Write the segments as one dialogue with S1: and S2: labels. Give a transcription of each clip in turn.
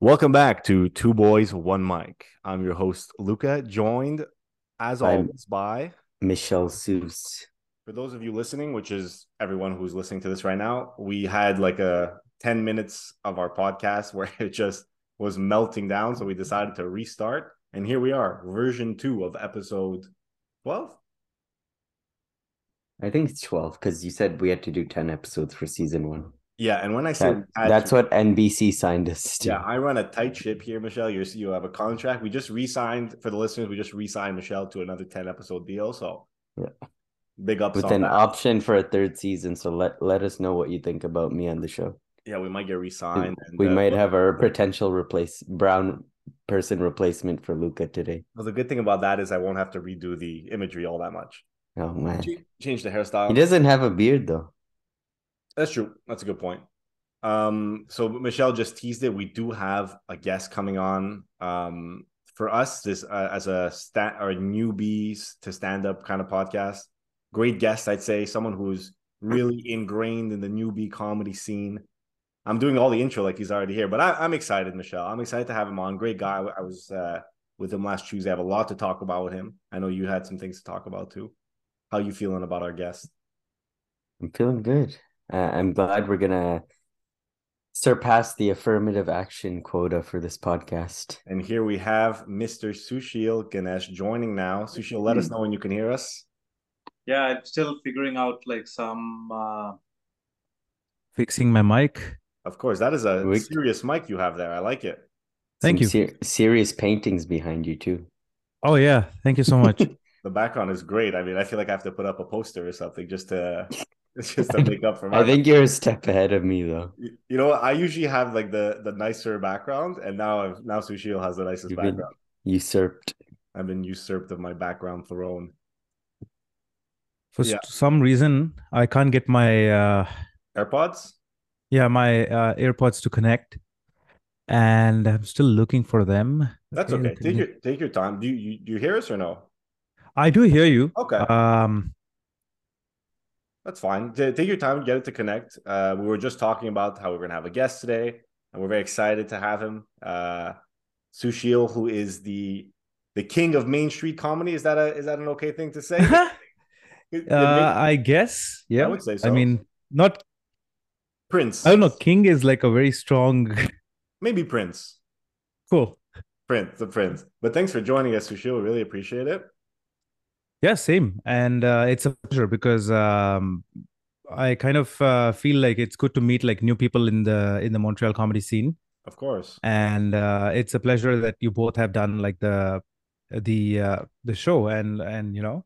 S1: Welcome back to Two Boys One Mic. I'm your host Luca, joined as
S2: I'm-
S1: always by
S2: Michelle Seuss.
S1: for those of you listening, which is everyone who's listening to this right now, we had like a 10 minutes of our podcast where it just was melting down. So we decided to restart. And here we are, version two of episode 12.
S2: I think it's 12 because you said we had to do 10 episodes for season one.
S1: Yeah. And when I say
S2: That- that's what NBC signed us to.
S1: Yeah, I run a tight ship here, Michelle. You're, you have a contract. We just re-signed for the listeners. We just re-signed Michelle to another ten episode deal. So,
S2: Yeah.
S1: big ups
S2: With
S1: on
S2: an
S1: that.
S2: option for a third season. So let, let us know what you think about me on the show.
S1: yeah, we might get re-signed. And,
S2: we
S1: uh,
S2: might
S1: well,
S2: have our potential replace brown person replacement for Luca today.
S1: well, the good thing about that is I won't have to redo the imagery all that much.
S2: Oh man.
S1: Ch- Change the hairstyle.
S2: He doesn't have a beard though.
S1: That's true. That's a good point. Um, so Michelle just teased it. We do have a guest coming on. Um, for us, this uh, as a stat or newbies to stand up kind of podcast. Great guest, I'd say. Someone who's really ingrained in the newbie comedy scene. I'm doing all the intro like he's already here, but I, I'm excited, Michelle. I'm excited to have him on. Great guy. I was uh, with him last Tuesday. I have a lot to talk about with him. I know you had some things to talk about too. How you feeling about our guest?
S2: I'm feeling good. Uh, I'm glad we're gonna surpass the affirmative action quota for this podcast.
S1: And here we have Mr. Sushil Ganesh joining now. Sushil, let us know when you can hear us.
S3: Yeah, I'm still figuring out like some uh... fixing my mic.
S1: Of course, that is a
S2: We-
S1: serious mic you have there. I like it.
S3: Thank
S2: Some
S3: you.
S2: ser- serious paintings behind you too.
S3: Oh yeah, thank you so much.
S1: The background is great. I mean, I feel like I have to put up a poster or something just to just to make up for my.
S2: I think you're a step ahead of me though.
S1: you you know, I usually have like the the nicer background, and now I've now Sushil has the nicest
S2: You've been-
S1: background.
S2: Usurped.
S1: I've been usurped of my background throne.
S3: For
S1: Yeah.
S3: s- some reason, I can't get my uh,
S1: AirPods.
S3: yeah my uh, AirPods to connect, and I'm still looking for them.
S1: That's
S3: Okay,
S1: okay.
S3: looking
S1: Take
S3: here.
S1: your take your time. Do you, you do you hear us or no?
S3: I do hear you.
S1: Okay.
S3: Um.
S1: That's fine. Ta- Take your time, get it to connect. Uh, we were just talking about how we're going to have a guest today, and we're very excited to have him. Uh, Sushil, who is the the king of Main Street comedy, is that a is that an okay thing to say?
S3: uh,
S1: The main-
S3: I guess. Yeah.
S1: I would say so.
S3: I mean, not.
S1: Prince.
S3: I don't know. King is like a very strong.
S1: Maybe Prince.
S3: cool.
S1: Prince, the Prince. But thanks for joining us, Sushil. Really appreciate it.
S3: Yeah, same. And uh, it's a pleasure because um, I kind of uh, feel like it's good to meet like new people in the in the Montreal comedy scene,
S1: Of course.
S3: and uh, it's a pleasure that you both have done like the the uh, the show, and and you know,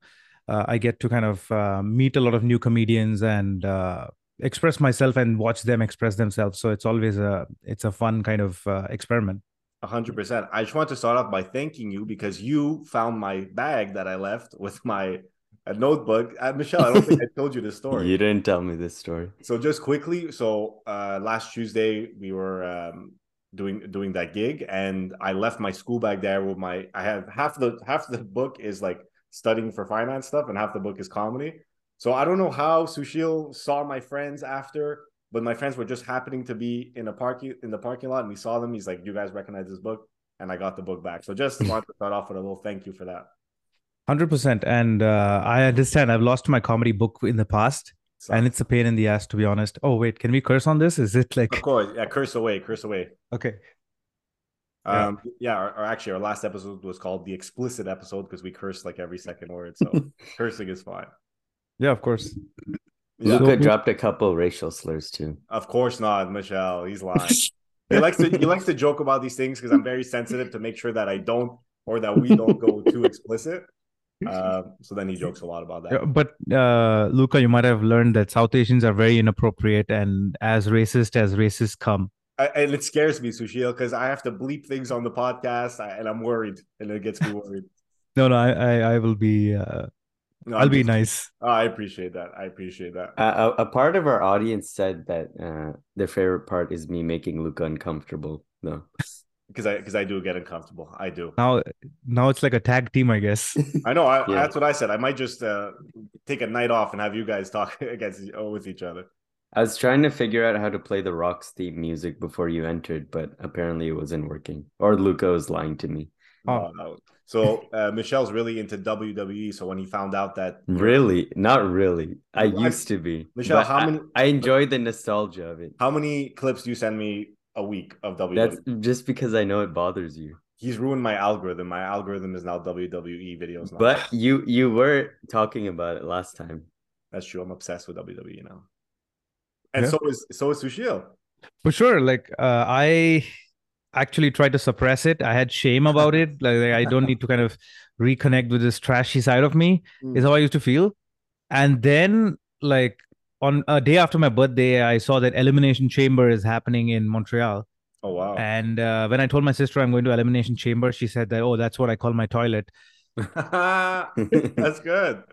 S3: uh, I get to kind of uh, meet a lot of new comedians and uh, express myself and watch them express themselves. So it's always a it's a fun kind of uh, experiment.
S1: A hundred percent. I just want to start off by thanking you because you found my bag that I left with my a notebook. Uh, Michelle, I don't think I told you this story.
S2: You didn't tell me this story.
S1: So just quickly, so uh, last Tuesday we were um, doing doing that gig, and I left my school bag there with my. I have half the half the book is like studying for finance stuff, and half the book is comedy. So I don't know how Sushil saw my friends after, but my friends were just happening to be in a parking in the parking lot, and we saw them. He's like, "You guys recognize this book?" And I got the book back. So just wanted to start off with a little thank you for that.
S3: Hundred percent, and uh, I understand. I've lost my comedy book in the past.
S1: So,
S3: and it's a pain in the ass to be honest oh wait can we curse on this is it
S1: of
S3: like
S1: course, yeah, curse away, curse away.
S3: okay Yeah.
S1: Um, yeah, or, or actually, our last episode was called the explicit episode because we cursed like every second word. So cursing is fine.
S3: yeah of course
S1: Yeah.
S2: Luca
S3: So-
S2: dropped a couple racial slurs too.
S1: Of course not, Michelle. He's lying. he likes to he likes to joke about these things because I'm very sensitive to make sure that I don't or that we don't go too explicit. Um, so then he jokes a lot about that.
S3: Yeah, but uh luca you might have learned that south asians are very inappropriate and as racist as racists come
S1: I, and it scares me, Sushil, because I have to bleep things on the podcast, I, and I'm worried, and it gets me worried.
S3: no no i i, I will be uh,
S1: No,
S3: i'll
S1: I'm
S3: be
S1: just-
S3: nice
S1: Oh, I appreciate that. I appreciate that.
S2: Uh, a, a part of our audience said that uh, their favorite part is me making Luca uncomfortable. Though
S1: because I because I do get uncomfortable. I do.
S3: now now it's like a tag team i guess
S1: I know. I,
S2: Yeah.
S1: That's what I said. I might just uh, take a night off and have you guys talk against oh, with each other.
S2: I was trying to figure out how to play the Rock's theme music before you entered, but apparently it wasn't working. Or Luca was lying to me.
S3: Oh.
S1: Wow. So uh, Michelle's really into WWE. So when he found out that
S2: Really? Not really. I
S1: Well, I-
S2: used to be.
S1: Michelle,
S2: but
S1: how
S2: I-
S1: many-
S2: I enjoy the nostalgia of it.
S1: how many clips do you send me a week of WWE?
S2: That's just because I know it bothers you.
S1: He's ruined my algorithm. My algorithm is now WWE videos. Now.
S2: But you you were talking about it last time.
S1: that's true. I'm obsessed with WWE now. And
S3: Yeah.
S1: so is so is Sushil.
S3: For sure. Like uh, I actually tried to suppress it. I had shame about it. Like I don't need to kind of reconnect with this trashy side of me. Is how I used to feel. And then like on a day after my birthday, I saw that Elimination Chamber is happening in Montreal.
S1: Oh wow.
S3: And uh, when I told my sister I'm going to Elimination Chamber, she said that, oh, that's what I call my toilet.
S1: that's good.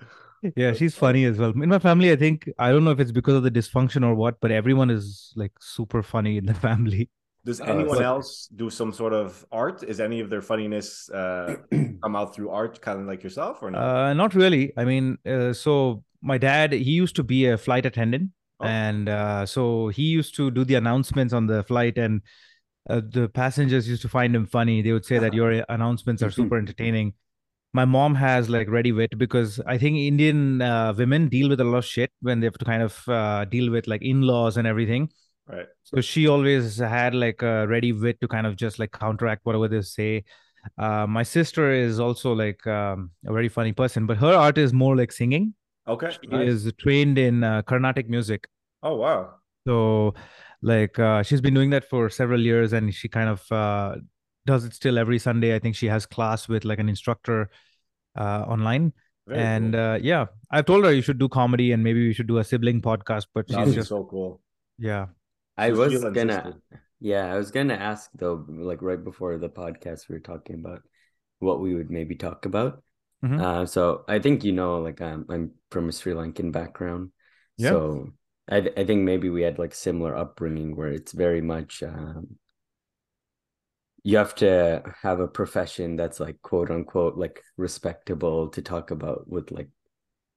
S3: Yeah, she's funny as well. In my family, I think, I don't know if it's because of the dysfunction or what, but everyone is like super funny in the family.
S1: Does
S2: Uh,
S1: anyone
S2: so-
S1: else do some sort of art? Is any of their funniness uh, come out through art, kind of like yourself, or not?
S3: Uh, not really. I mean, uh, so my dad, he used to be a flight attendant.
S1: Oh.
S3: And uh, so he used to do the announcements on the flight, and uh, the passengers used to find him funny. They would say that
S1: Uh-huh.
S3: your announcements
S1: Mm-hmm.
S3: are super entertaining. My mom has like ready wit because I think Indian uh, women deal with a lot of shit when they have to kind of uh, deal with like in laws and everything.
S1: Right.
S3: So she always had like a ready wit to kind of just like counteract whatever they say. Uh, my sister is also like um, a very funny person, but her art is more like singing.
S1: okay.
S3: She
S1: nice.
S3: is trained in uh, Carnatic music.
S1: Oh wow.
S3: So, like, uh, she's been doing that for several years and she kind of uh, does it still every Sunday. I think she has class with like an instructor uh, online.
S1: Very
S3: and
S1: cool.
S3: uh, yeah, I've told her you should do comedy and maybe we should do a sibling podcast, but
S1: That'd
S3: she's
S1: be
S3: just,
S1: so cool.
S3: yeah.
S2: I
S1: So
S2: was
S1: Sheila and
S2: gonna
S1: sister.
S2: yeah, I was gonna ask though, like right before the podcast we were talking about what we would maybe talk about.
S3: Mhm.
S2: Uh, so I think you know, like I'm I'm from a Sri Lankan background.
S3: Yeah.
S2: So I th- I think maybe we had like similar upbringing where it's very much um, you have to have a profession that's like quote unquote like respectable to talk about with like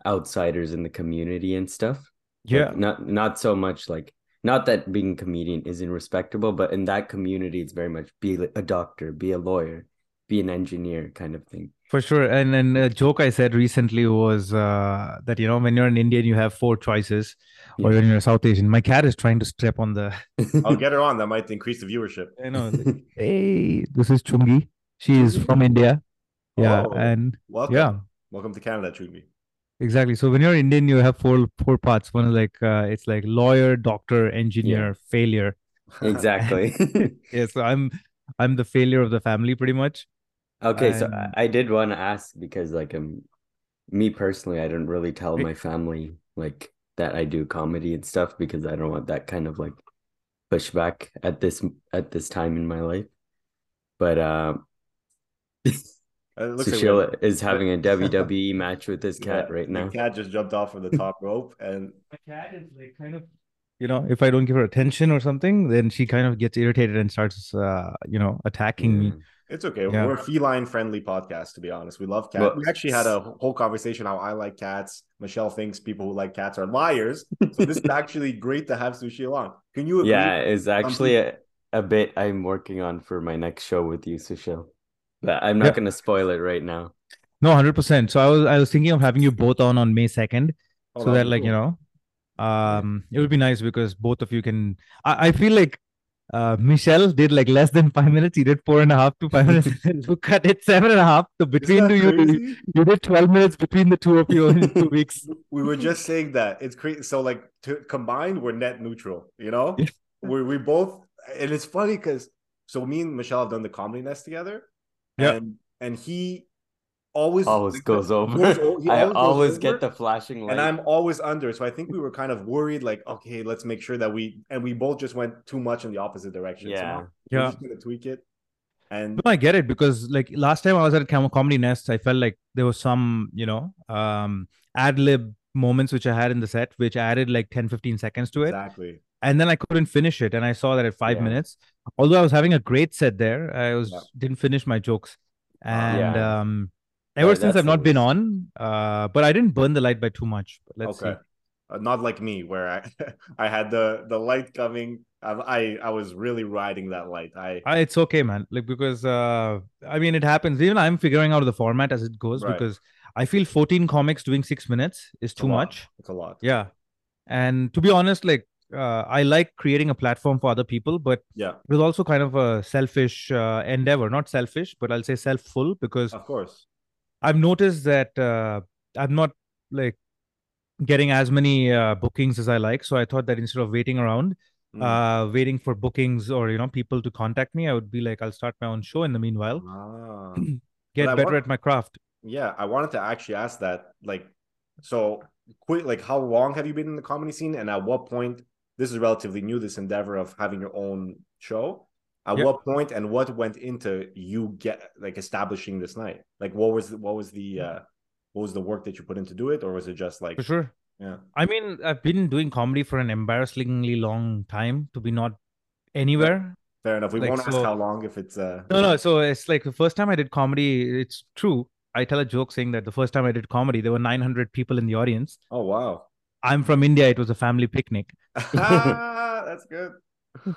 S2: outsiders in the community and stuff. Like,
S3: Yeah.
S2: not not so much like not that being a comedian isn't respectable, but in that community it's very much be a doctor, be a lawyer, be an engineer kind of thing.
S3: For sure. And and a joke I said recently was uh, that you know when you're an Indian you have four choices, or
S2: Yeah.
S3: when you're a South Asian. My cat is trying to step on the.
S1: I'll Oh, get her on. That might increase the viewership.
S3: I know. like, hey, this is Chungi. She is from India. Yeah,
S1: Oh,
S3: and
S1: Welcome.
S3: yeah,
S1: Welcome to Canada, Chugmi.
S3: exactly. So when you're Indian, you have four four parts. One is like uh, it's like lawyer, doctor, engineer, failure.
S2: exactly.
S3: Yeah. So I'm I'm the failure of the family pretty much.
S2: okay, so I-
S3: And-
S2: I did want to ask because like um me personally, I don't really tell
S3: Hey.
S2: my family like that I do comedy and stuff because I don't want that kind of like pushback at this at this time in my life. But um
S1: Uh, It looks like we have-
S2: Sushila is having a WWE match with this cat
S1: Yeah,
S2: right
S1: the
S2: now.
S1: cat just jumped off of the top rope, and
S3: My cat is like kind of. You know, if I don't give her attention or something, then she kind of gets irritated and starts, uh, you know, attacking me.
S2: Yeah.
S1: it's okay.
S3: Yeah.
S1: We're a feline-friendly podcast, to be honest. We love cats.
S2: Well-
S1: we actually had a whole conversation how I like cats. Michelle thinks people who like cats are liars. So this is actually great to have Sushil on. Can you agree?
S2: Yeah, it's actually a, a bit I'm working on for my next show with you, Sushil. But I'm not
S3: Yeah.
S2: gonna spoil it right now.
S3: No, hundred percent. So I was I was thinking of having you both on on May second,
S1: Oh,
S3: so
S1: that'd
S3: that
S1: be
S3: like you
S1: cool.
S3: know, um, it would be nice because both of you can. I, I feel like, uh, Michelle did like less than five minutes. He did four and a half to five minutes. Look at it, seven and a half. So
S1: Isn't
S3: between
S1: that
S3: the you,
S1: crazy?
S3: you did twelve minutes between the two of you in two weeks.
S1: we were just saying that it's crazy. So like to combined, we're net neutral. You know,
S3: Yeah.
S1: we we both, and it's funny because so me and Michelle have done the comedy nest together.
S3: Yeah.
S1: and and he always
S2: Always
S1: like, the-
S2: goes over.
S1: goes o- he
S2: I
S1: always
S2: always,
S1: goes
S2: get
S1: over,
S2: the flashing light.
S1: and I'm always under. So I think we were kind of worried, like, okay, let's make sure that we and we both just went too much in the opposite direction.
S2: Yeah.
S1: so we're
S3: Yeah.
S1: just gonna tweak it. And
S3: No, I get it because like last time I was at Com- Comedy Nest, I felt like there was some, you know, um, ad lib moments which I had in the set, which added like 10, 15 seconds to it.
S1: exactly,
S3: and then I couldn't finish it. And I saw that at five
S2: Yeah.
S3: minutes. Although I was having a great set there, I was
S1: Yeah. Ah,
S3: didn't finish my jokes. And
S2: Yeah.
S3: um
S2: Yeah,
S3: ever since
S2: that's
S3: I've
S2: the
S3: not been
S2: worst.
S3: on, uh, but I didn't burn the light by too much. But let's
S1: okay.
S3: see.
S1: uh, not like me where I I had the the light coming. I, I I was really riding that light. I
S3: I- it's okay man like because uh i mean it happens even i'm figuring out the format as it goes
S1: Right.
S3: because i feel 14 comics doing six minutes is
S1: a
S3: too
S1: lot.
S3: much
S1: It's a lot.
S3: yeah and to be honest like uh, i like creating a platform for other people but
S1: Yeah.
S3: it was also kind of a selfish uh, endeavor not selfish but i'll say self-full because
S1: Of course.
S3: I've noticed that uh, I'm not like getting as many uh, bookings as I like. So I thought that instead of waiting around,
S1: Mm.
S3: uh, waiting for bookings or you know people to contact me, I would be like, I'll start my own show in the meanwhile,
S1: Ah.
S3: get
S1: I
S3: better
S1: want-
S3: at my craft.
S1: Yeah, I wanted to actually ask that. Like, so quick, like, how long have you been in the comedy scene, and at what point? This is relatively new, this endeavor of having your own show. At
S3: Yeah.
S1: what point and what went into you get like establishing this night? Like, what was the, what was the uh, what was the work that you put into do it, or was it just like
S3: Mm. For sure.
S1: yeah,
S3: I mean, I've been doing comedy for an embarrassingly long time to be not anywhere.
S1: fair enough? We
S3: Like,
S1: won't ask
S3: so-
S1: how long if it's uh,
S3: No, no. So it's like the first time I did comedy. It's true. I tell a joke saying that the first time I did comedy, there were 900 people in the audience.
S1: Oh wow,
S3: I'm from India. It was a family picnic.
S1: that's good.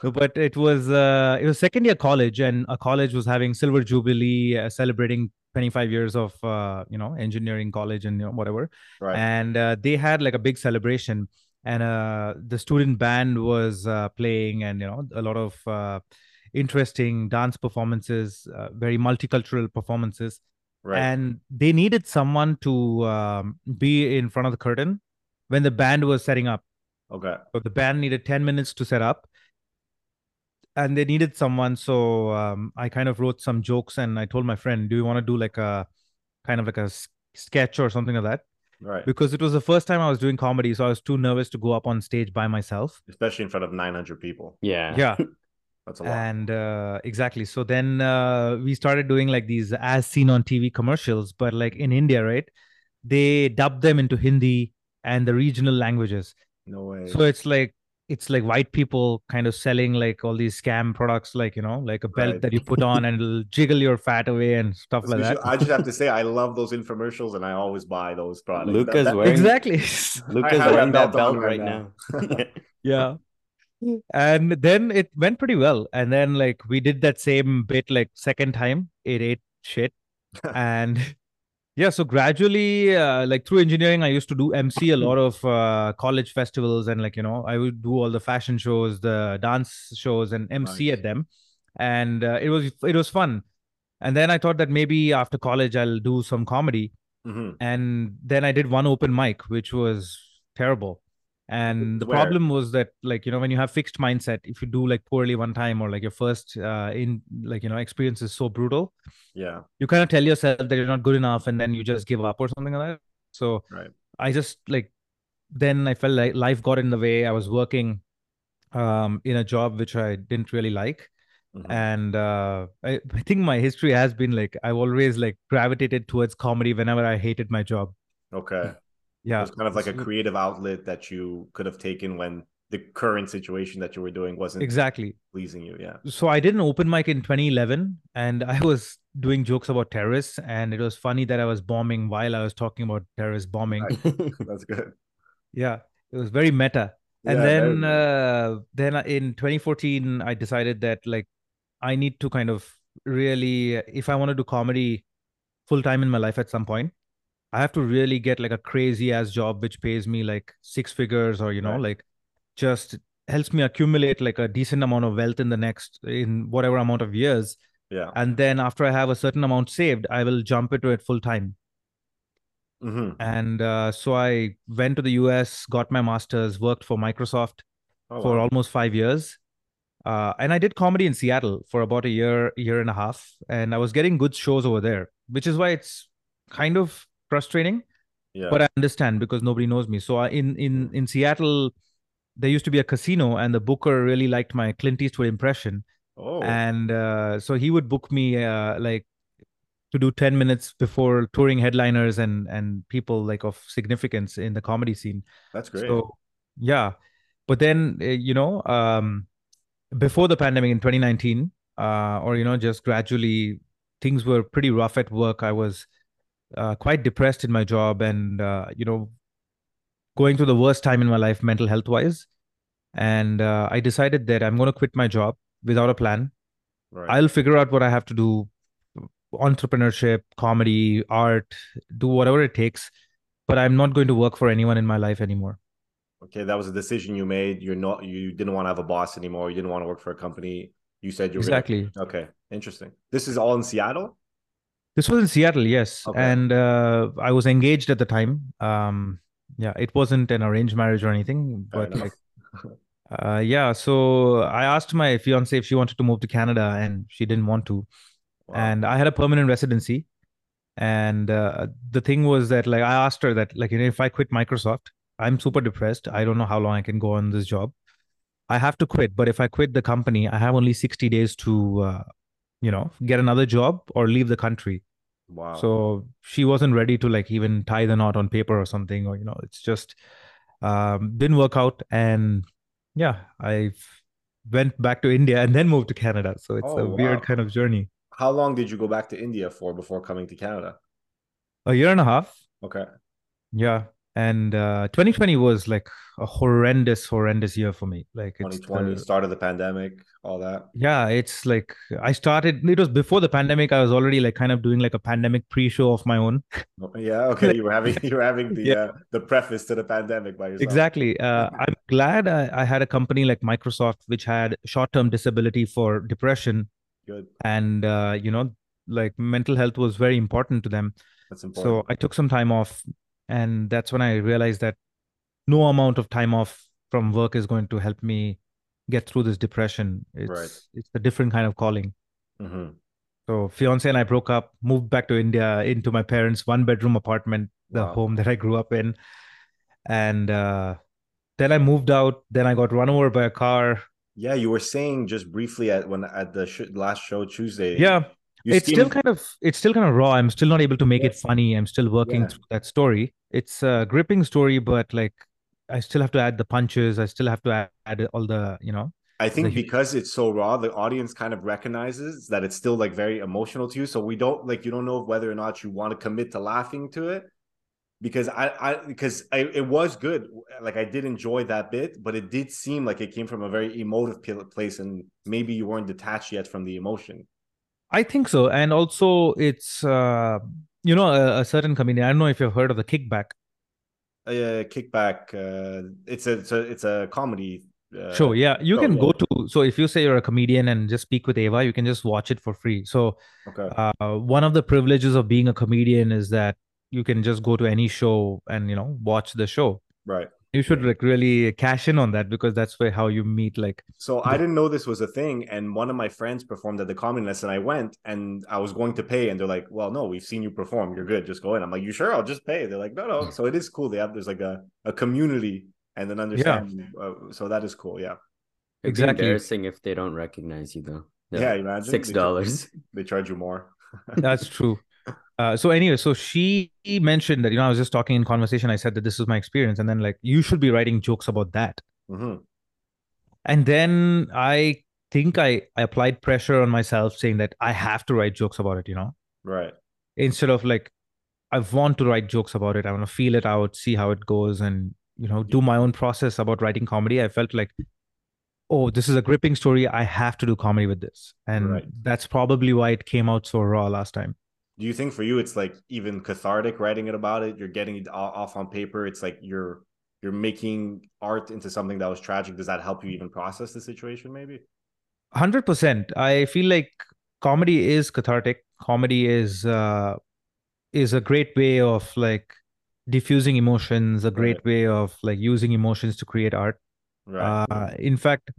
S3: No, but it was uh, it was second year college and a college was having silver jubilee uh, celebrating 25 years of uh, you know engineering college and you know, whatever
S1: Right.
S3: and uh, they had like a big celebration and uh, the student band was uh, playing and you know a lot of uh, interesting dance performances uh, very multicultural performances
S1: right.
S3: and they needed someone to um, be in front of the curtain when the band was setting up
S1: okay.
S3: so the band needed 10 minutes to set up and they needed someone so um, i kind of wrote some jokes and i told my friend do you want to do like a kind of like a s- sketch or something like that
S1: Right.
S3: because it was the first time i was doing comedy so i was too nervous to go up on stage by myself
S1: Especially in front of 900 people.
S2: Yeah.
S3: yeah
S1: That's a lot.
S3: and uh, exactly so then uh, we started doing like these as seen on tv commercials but like in india right they dubbed them into hindi and the regional languages
S1: no way.
S3: So it's like it's like white people kind of selling like all these scam products, like you know, like a belt
S1: Right.
S3: that you put on and it'll jiggle your fat away and stuff like
S1: We
S3: that.
S1: should- I just have to say, I love those infomercials, and I always buy those products.
S2: Luca's
S1: That- that-
S2: wearing-
S3: exactly.
S2: Luca's
S1: have that
S2: wearing that
S1: belt on
S2: belt right
S1: right
S2: now.
S3: yeah. And then it went pretty well. And then like we did that same bit like second time. It ate shit. and yeah, so gradually, uh, like through engineering, I used to do MC a lot of uh, college festivals and like you know, I would do all the fashion shows, the dance shows, and MC
S1: Nice.
S3: at them. And uh, it was it was fun. And then I thought that maybe after college I'll do some comedy
S1: Mhm.
S3: and then I did one open mic, which was terrible. And the
S1: Where?
S3: problem was that, like, you know, when you have fixed mindset, if you do like poorly one time or like your first uh, in like you know experience is so brutal,
S1: Yeah,
S3: you kind of tell yourself that you're not good enough, and then you just give up or something like that. So
S1: Right.
S3: I just like then I felt like life got in the way. I was working um, in a job which I didn't really like,
S1: Mhm.
S3: and uh, I, I think my history has been like I've always like gravitated towards comedy whenever I hated my job.
S1: okay. It
S3: Yeah.
S1: was kind of like a
S2: So-
S1: creative outlet that you could have taken when the current situation that you were doing wasn't
S3: Exactly.
S1: pleasing you. Yeah,
S3: So I did an open mic in 2011, and I was doing jokes about terrorists, and it was funny that I was bombing while I was talking about terrorist bombing.
S1: Right. that's good.
S3: Yeah, it was very meta. And
S1: Yeah, very
S3: then,
S1: good.
S3: uh, then I- in 2014, I decided that like I need to kind of really, if I want to do comedy full time in my life at some point, I have to really get like a crazy ass job which pays me like six figures or you know
S1: Right.
S3: like just helps me accumulate like a decent amount of wealth in the next in whatever amount of years
S1: yeah.
S3: and then after I have a certain amount saved I will jump into it full time
S1: hmm
S3: and uh, so I went to the US got my masters worked for Microsoft
S1: Oh,
S3: for
S1: wow.
S3: almost five years. Uh, and I did comedy in Seattle for about a year, year and a half. And I was getting good shows over there, which is why it's kind of frustrating,
S1: yeah. Mm.
S3: but I understand because nobody knows me. So I, in, in, in Seattle, there used to be a casino, and the booker really liked my Clint Eastwood impression.
S1: oh,
S3: And uh, so he would book me uh, like to do 10 minutes before touring headliners and, and people like of significance in the comedy scene.
S1: that's great.
S3: So yeah, but then uh, you know, um, before the pandemic in 2019, uh, or you know, just gradually things were pretty rough at work. I was uh, quite depressed in my job, and uh, you know, going through the worst time in my life, mental health wise. And uh, I decided that I'm going to quit my job without a plan.
S1: Right.
S3: I'll figure out what I have to do entrepreneurship, comedy, art, do whatever it takes. But I'm not going to work for anyone in my life anymore.
S1: okay, that was a decision you made. You're not. You didn't want to have a boss anymore. You didn't want to work for a company. You said you were gonna-
S3: Exactly.
S1: okay. Interesting. This is all in Seattle.
S3: This was in Seattle, yes.
S1: Okay.
S3: And uh, I was engaged at the time. Um, yeah, it wasn't an arranged marriage or anything,
S1: Fair
S3: but
S1: enough.
S3: like, uh, yeah. So I asked my fiance if she wanted to move to Canada, and she didn't want to.
S1: Wow.
S3: And I had a permanent residency. And uh, the thing was that, like, I asked her that, like, you know, if I quit Microsoft, I'm super depressed. I don't know how long I can go on this job. I have to quit, but if I quit the company, I have only 60 days to, uh, you know, get another job or leave the country
S1: wow.
S3: so she wasn't ready to like even tie the knot on paper or something or you know it's just um didn't work out and yeah i went back to india and then moved to canada so it's a
S1: Oh,
S3: weird
S1: wow.
S3: kind of journey
S1: how long did you go back to India for before coming to Canada?
S3: a year and a half
S1: Okay.
S3: yeah and uh 2020 was like a horrendous horrendous year for me like it's
S1: 2020,
S3: the-
S1: start of the pandemic, all that.
S3: yeah it's like i started it was before the pandemic i was already like kind of doing like a pandemic pre-show of my own
S1: Yeah, okay. You were having you were having the
S3: Yeah.
S1: uh, the preface to the pandemic by yourself.
S3: Exactly. Uh, I'm glad I, I had a company like Microsoft, which had short-term disability for depression,
S1: Good.
S3: and uh, you know, like mental health was very important to them.
S1: That's important.
S3: So I took some time off, and that's when I realized that no amount of time off from work is going to help me get through this depression. It's it's a different kind of calling.
S1: hmm
S3: So fiance and I broke up, moved back to India into my parents' one-bedroom apartment the
S1: Wow.
S3: home that I grew up in. And uh, then I moved out. Then I got run over by a car.
S1: Yeah, you were saying just briefly at when at the sh- last show Tuesday.
S3: Yeah,
S1: you
S3: it's still
S1: seemed-
S3: kind of it's still kind of raw. I'm still not able to make it
S1: Yes.
S3: funny. I'm still working
S1: Yeah.
S3: through that story. It's a gripping story, but like I still have to add the punches. I still have to add, add all the you know.
S1: I think
S3: like-
S1: because it's so raw, the audience kind of recognizes that it's still like very emotional to you. So we don't like you don't know whether or not you want to commit to laughing to it. Because I, I because I, it was good. Like I did enjoy that bit, but it did seem like it came from a very emotive pl- place, and maybe you weren't detached yet from the emotion.
S3: I think so, and also it's uh, you know a, a certain comedian. I don't know if you've heard of the kickback.
S1: uh, kickback. Uh, it's a it's a it's a comedy. Uh,
S3: Sure. Yeah. You
S1: show,
S3: can
S1: yeah.
S3: go to, so if you say you're a comedian and just speak with Ava, you can just watch it for free. So,
S1: Okay.
S3: uh, one of the privileges of being a comedian is that you can just go to any show and, you know, watch the show.
S1: Right.
S3: You should like really cash in on that because that's where how you meet like
S1: So I didn't know this was a thing, and one of my friends performed at the Comedy Nest, and I went, and I was going to pay, and they're like, "Well, no, we've seen you perform. You're good. Just go in." I'm like, "You sure? I'll just pay." They're like, "No, no." So it is cool. They have there's like a a community and an understanding. Uh, so that is cool. Yeah.
S2: It'd be
S3: Exactly.
S2: embarrassing if they don't recognize you though. They're
S1: Yeah.
S2: like,
S1: imagine
S2: six
S1: They charge-
S2: dollars.
S1: They charge you more.
S3: that's true. Uh, so anyway, so she mentioned that you know I was just talking in conversation. I said that this was my experience, and then like you should be writing jokes about that.
S1: hmm
S3: and then i think I, I applied pressure on myself saying that i have to write jokes about it you know
S1: Right.
S3: instead of like i want to write jokes about it i want to feel it out see how it goes and you know do my own process about writing comedy i felt like oh this is a gripping story i have to do comedy with this and
S1: Right.
S3: that's probably why it came out so raw last time
S1: do you think for you it's like even cathartic writing it about it you're getting it o- off on paper it's like you're you're making art into something that was tragic does that help you even process the situation maybe
S3: 100% i feel like comedy is cathartic comedy is uh is a great way of like diffusing emotions a great way of like using emotions to create art
S1: right
S3: uh in fact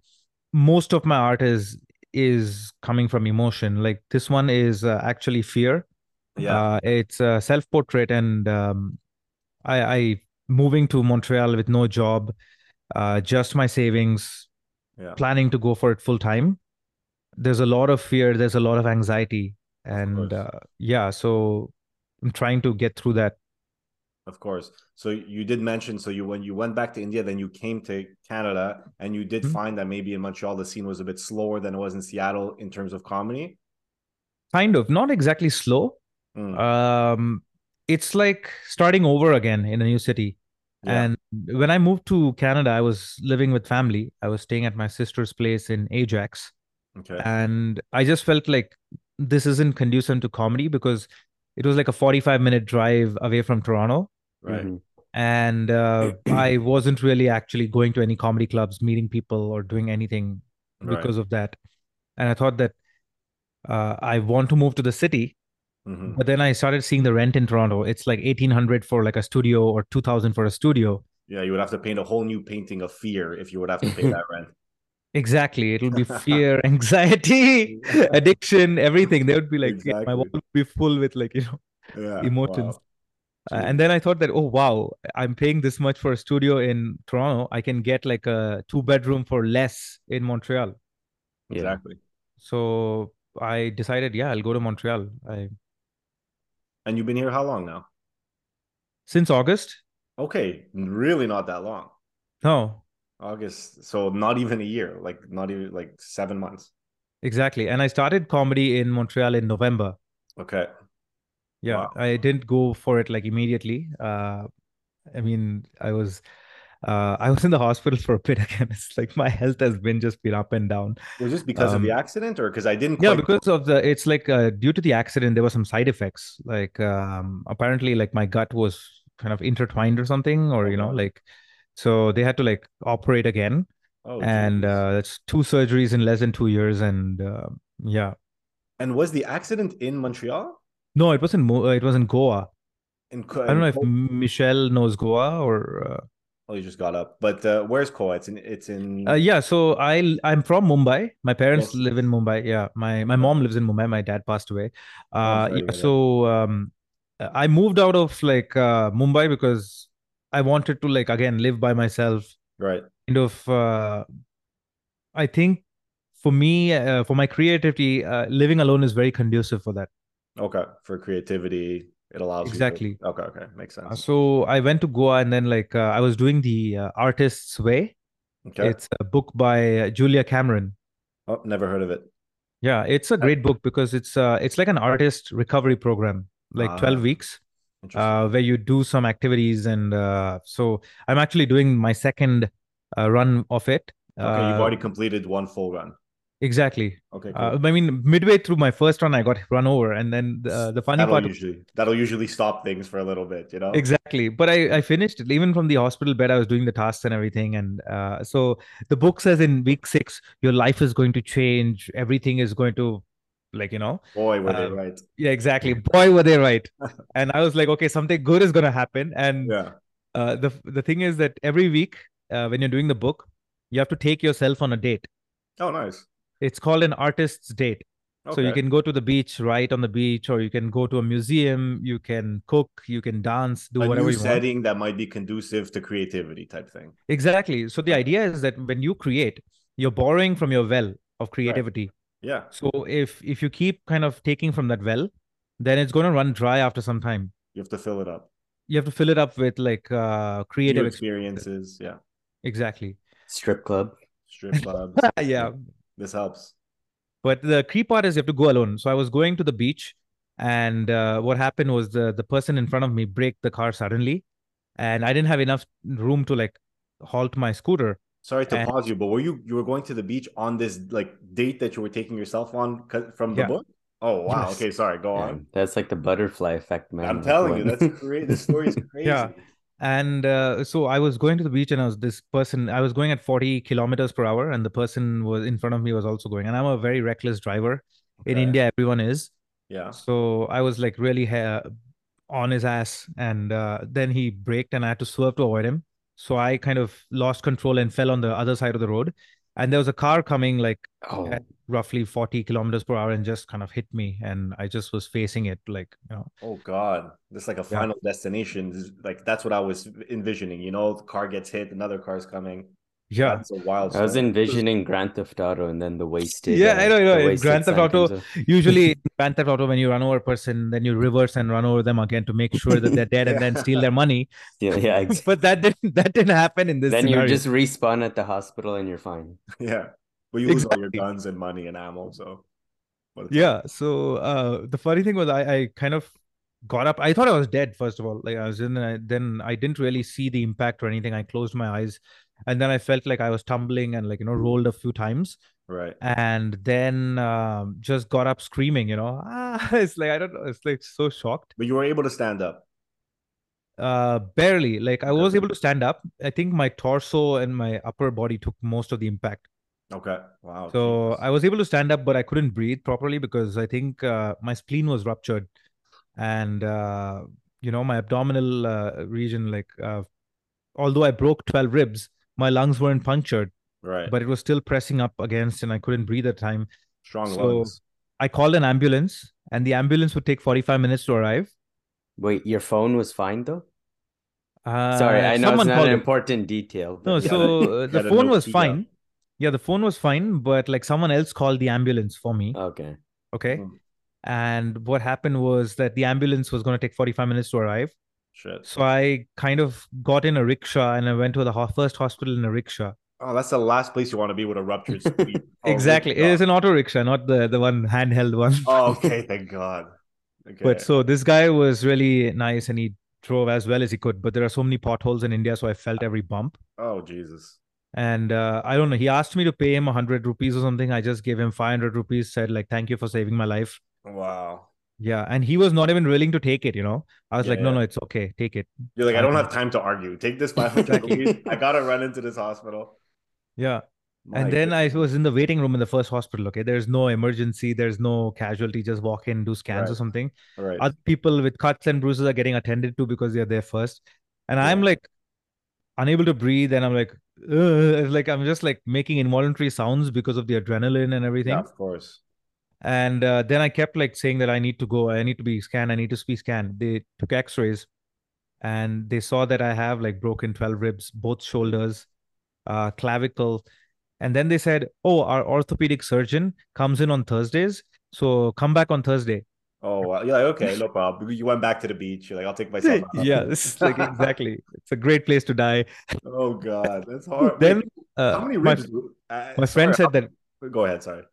S3: most of my art is is coming from emotion like this one is uh, actually fear
S1: yeah
S3: uh, it's a self portrait and um, I, I moving to montreal with no job uh, just my savings
S1: Yeah.
S3: planning to go for it full time there's a lot of fear there's a lot of anxiety and
S1: course.
S3: uh, yeah so i'm trying to get through that
S1: of course so you did mention so you when you went back to india then you came to canada and you did
S3: Mhm.
S1: find that maybe in montreal the scene was a bit slower than it was in seattle in terms of comedy
S3: kind of not exactly slow
S1: Mm,
S3: Uh, um, it's like starting over again in a new city
S1: Yeah.
S3: And when I moved to Canada, I was living with family. I was staying at my sister's place in Ajax
S1: Okay.
S3: uh, and i just felt like this isn't conducive to comedy because it was like a 45 minute drive away from toronto
S1: right.
S2: Mhm.
S3: and uh, i wasn't really actually going to any comedy clubs meeting people or doing anything
S1: Right.
S3: mm-hmm. because of that and i thought that uh, i want to move to the city
S1: Mhm.
S3: but then i started seeing the rent in toronto it's like 1800 for like a studio or 2000 for a studio
S1: Yeah, you would have to paint a whole new painting of fear if you would have to pay that rent.
S3: exactly it'll be fear anxiety addiction everything they would be like yeah, my
S1: Exactly.
S3: wall would be full with like you know
S1: Yeah,
S3: emotions.
S1: wow.
S3: Uh, and then I thought that, oh wow, I'm paying this much for a studio in Toronto. I can get like a two bedroom for less in Montreal.
S2: Yeah.
S1: Exactly.
S3: So I decided, yeah, I'll go to Montreal. I
S1: And you've been here how long now?
S3: since August?
S1: Okay, really not that long.
S3: No,
S1: August, so not even a year, like not even like seven months.
S3: exactly. And I started comedy in Montreal in November.
S1: Okay,
S3: Yeah,
S1: Wow.
S3: I didn't go for it like immediately. Uh, I mean, I was, uh, I was in the hospital for a bit again. It's like my health has been just been up and down.
S1: was this because of the accident or because I didn't?
S3: Um, yeah
S1: Quite...
S3: because of the it's like uh, due to the accident there were some side effects like um apparently like my gut was kind of intertwined or something or you know
S1: Okay.
S3: like so they had to like operate again
S1: Oh,
S3: and
S1: geez.
S3: uh that's two surgeries in less than two years and uh, yeah
S1: and was the accident in Montreal?
S3: no it wasn't Mo- uh, it was in goa
S1: In
S3: i don't know if michelle knows goa or
S1: Oh, you just got up, but uh, where's Koa? It's in. It's in.
S3: uh, uh yeah so i i'm from mumbai my parents
S1: Yes.
S3: live in mumbai yeah my my mom lives in mumbai my dad passed away uh
S1: Oh, sorry to
S3: yeah,
S1: hear that.
S3: so um i moved out of like uh mumbai because i wanted to like again live by myself
S1: Right.
S3: kind of uh i think for me uh, for my creativity uh, living alone is very conducive for that
S1: Okay. For creativity, it allows you to-
S3: Exactly.
S1: Okay. Okay. Makes
S3: Uh,
S1: sense.
S3: so i went to goa and then like uh, i was doing the uh, artist's way
S1: Okay.
S3: it's a book by uh, julia cameron
S1: Oh, never heard of it.
S3: yeah it's
S1: Uh,
S3: a great book because it's uh it's like an artist recovery program like 12
S1: Ah.
S3: weeks
S1: Interesting.
S3: uh, where you do some activities and uh, so i'm actually doing my second uh, run of it
S1: okay, you've
S3: Uh,
S1: already completed one full run.
S3: exactly
S1: Okay. Cool.
S3: uh, i mean midway through my first run i got run over and then the, uh, the funny
S1: that'll
S3: part
S1: usually that'll usually stop things for a little bit, you know.
S3: exactly but I, I finished it even from the hospital bed i was doing the tasks and everything and uh, so the book says in week six your life is going to change everything is going to like you know
S1: Boy, were they
S3: Um,
S1: right?
S3: yeah exactly boy were they right and i was like okay something good is going to happen and
S1: Yeah.
S3: uh, the the thing is that every week uh, when you're doing the book, you have to take yourself on a date.
S1: Oh, nice.
S3: It's called an artist's date.
S1: Okay.
S3: So you can go to the beach, write on the beach, or you can go to a museum. You can cook, you can dance, do
S1: a
S3: whatever
S1: new
S3: you want.
S1: setting that might be conducive to creativity type thing.
S3: Exactly. So the idea is that when you create, you're borrowing from your well of creativity.
S1: Yeah.
S3: So if if you keep kind of taking from that well, then it's going to run dry after some time.
S1: You have to fill it up.
S3: You have to fill it up with like uh,
S1: New
S3: creative. Ex-
S1: experiences. Yeah.
S3: exactly.
S2: Strip club.
S1: Strip clubs.
S3: yeah.
S1: This helps.
S3: But the creep part is you have to go alone. So I was going to the beach, and uh, what happened was the the person in front of me braked the car suddenly, and I didn't have enough room to like halt my scooter.
S1: Sorry to
S3: And-
S1: pause you, but were you you were going to the beach on this like date that you were taking yourself on 'cause- from the
S3: Yeah.
S1: book? Oh wow.
S3: Yes.
S1: Okay, sorry. Go
S2: Yeah,
S1: on.
S2: that's like the butterfly effect, man.
S1: I'm
S2: like
S1: telling you,
S2: when-
S1: that's great. This story is crazy.
S3: Yeah. And uh, so I was going to the beach, and I was this person. I was going at forty kilometers per hour, and the person was in front of me was also going. And I'm a very reckless driver. In
S1: Okay.
S3: India, everyone is.
S1: Yeah.
S3: So I was like really ha- on his ass, and uh, then he braked, and I had to swerve to avoid him. So I kind of lost control and fell on the other side of the road, and there was a car coming like
S2: oh,
S3: Yeah. roughly forty kilometers per hour, and just kind of hit me, and I just was facing it like you know.
S1: Oh God, this is like a
S3: Yeah.
S1: final destination. This is- Like that's what I was envisioning. You know, the car gets hit, another car's coming.
S3: Yeah,
S1: That's a wild.
S2: I was
S1: story.
S2: envisioning Grand Theft Auto and then the wasted. uh,
S3: Yeah, I know, I know,
S2: the
S3: in
S2: wasted
S3: Grand Theft
S2: sun comes
S3: Auto-
S2: up.
S3: usually in Grand Theft Auto, when you run over a person, then you reverse and run over them again to make sure that they're dead, and then steal their money.
S2: Yeah, yeah. Exactly.
S3: But that didn't that didn't happen in this
S2: Then you
S3: scenario.
S2: just respawn at the hospital and you're fine.
S1: yeah, but you lose all your
S3: Exactly.
S1: guns and money and ammo. So, What the fuck?
S3: yeah so uh the funny thing was i i kind of got up i thought i was dead first of all like i was in I, then i didn't really see the impact or anything i closed my eyes and then i felt like i was tumbling and like you know rolled a few times
S1: Right.
S3: and then um, just got up screaming you know ah, it's like i don't know it's like so shocked
S1: But you were able to stand up.
S3: uh barely like i was
S1: Okay.
S3: able to stand up i think my torso and my upper body took most of the impact
S1: Okay. Wow.
S3: so
S1: Jesus.
S3: i was able to stand up but i couldn't breathe properly because i think uh, my spleen was ruptured and uh, you know my abdominal uh, region like uh, although i broke 12 ribs my lungs weren't punctured
S1: right.
S3: but it was still pressing up against and i couldn't breathe at the time
S1: Strong
S3: so-
S1: lungs.
S3: i called an ambulance and the ambulance would take 45 minutes to arrive
S2: Wait, your phone was fine though?
S3: uh,
S2: Sorry, I know it's
S3: someone
S2: not
S3: called
S2: an
S3: it.
S2: important detail.
S3: No,
S2: but-
S1: Yeah,
S3: so uh, the
S1: gotta
S3: phone
S1: know
S3: was
S1: Peter.
S3: fine. Yeah, the phone was fine, but like someone else called the ambulance for me.
S2: Okay.
S3: Okay.
S1: Hmm.
S3: And what happened was that the ambulance was going to take 45 minutes to arrive.
S1: Shit.
S3: So I kind of got in a rickshaw and I went to the ho- first hospital in a rickshaw.
S1: Oh, that's the last place you want to be with a ruptured spleen. Oh,
S3: exactly.
S1: good
S3: It is
S1: God.
S3: an auto rickshaw, not the, the one handheld one.
S1: Oh, okay. Thank God. Okay.
S3: But so this guy was really nice and he drove as well as he could. But there are so many potholes in India. So I felt every bump.
S1: oh, Jesus.
S3: and uh, i don't know he asked me to pay him 100 rupees or something i just gave him 500 rupees said like thank you for saving my life
S1: Wow.
S3: yeah and he was not even willing to take it you know i was
S1: Yeah,
S3: like no
S1: yeah.
S3: no it's okay take it
S1: You're like, I don't
S3: Okay.
S1: have time to argue. Take this 500
S2: Exactly.
S1: rupees. I gotta run into this hospital.
S3: yeah and
S1: My
S3: then
S1: goodness.
S3: i was in the waiting room in the first hospital okay there's no emergency there's no casualty just walk in do scans or
S1: Right.
S3: something
S1: All right.
S3: other people with cuts and bruises are getting attended to because they're there first and
S1: Yeah.
S3: i'm like unable to breathe and i'm like "Ugh," it's like i'm just like making involuntary sounds because of the adrenaline and everything
S1: Yeah, of course.
S3: and uh, then i kept like saying that i need to go i need to be scanned i need to be scanned they took x-rays and they saw that i have like broken 12 ribs both shoulders uh, clavicle and then they said oh our orthopedic surgeon comes in on thursdays so come back on thursday
S1: Oh, wow. You're like, okay, no problem. You went back to the beach. You're like, I'll take myself out.
S3: yeah this is like exactly it's a great place to die
S1: Oh, God. That's hard.
S3: then
S1: Wait,
S3: uh,
S1: how many
S3: my,
S1: ribs? do- uh,
S3: my friend
S1: sorry,
S3: said that
S1: how- Go ahead. Sorry.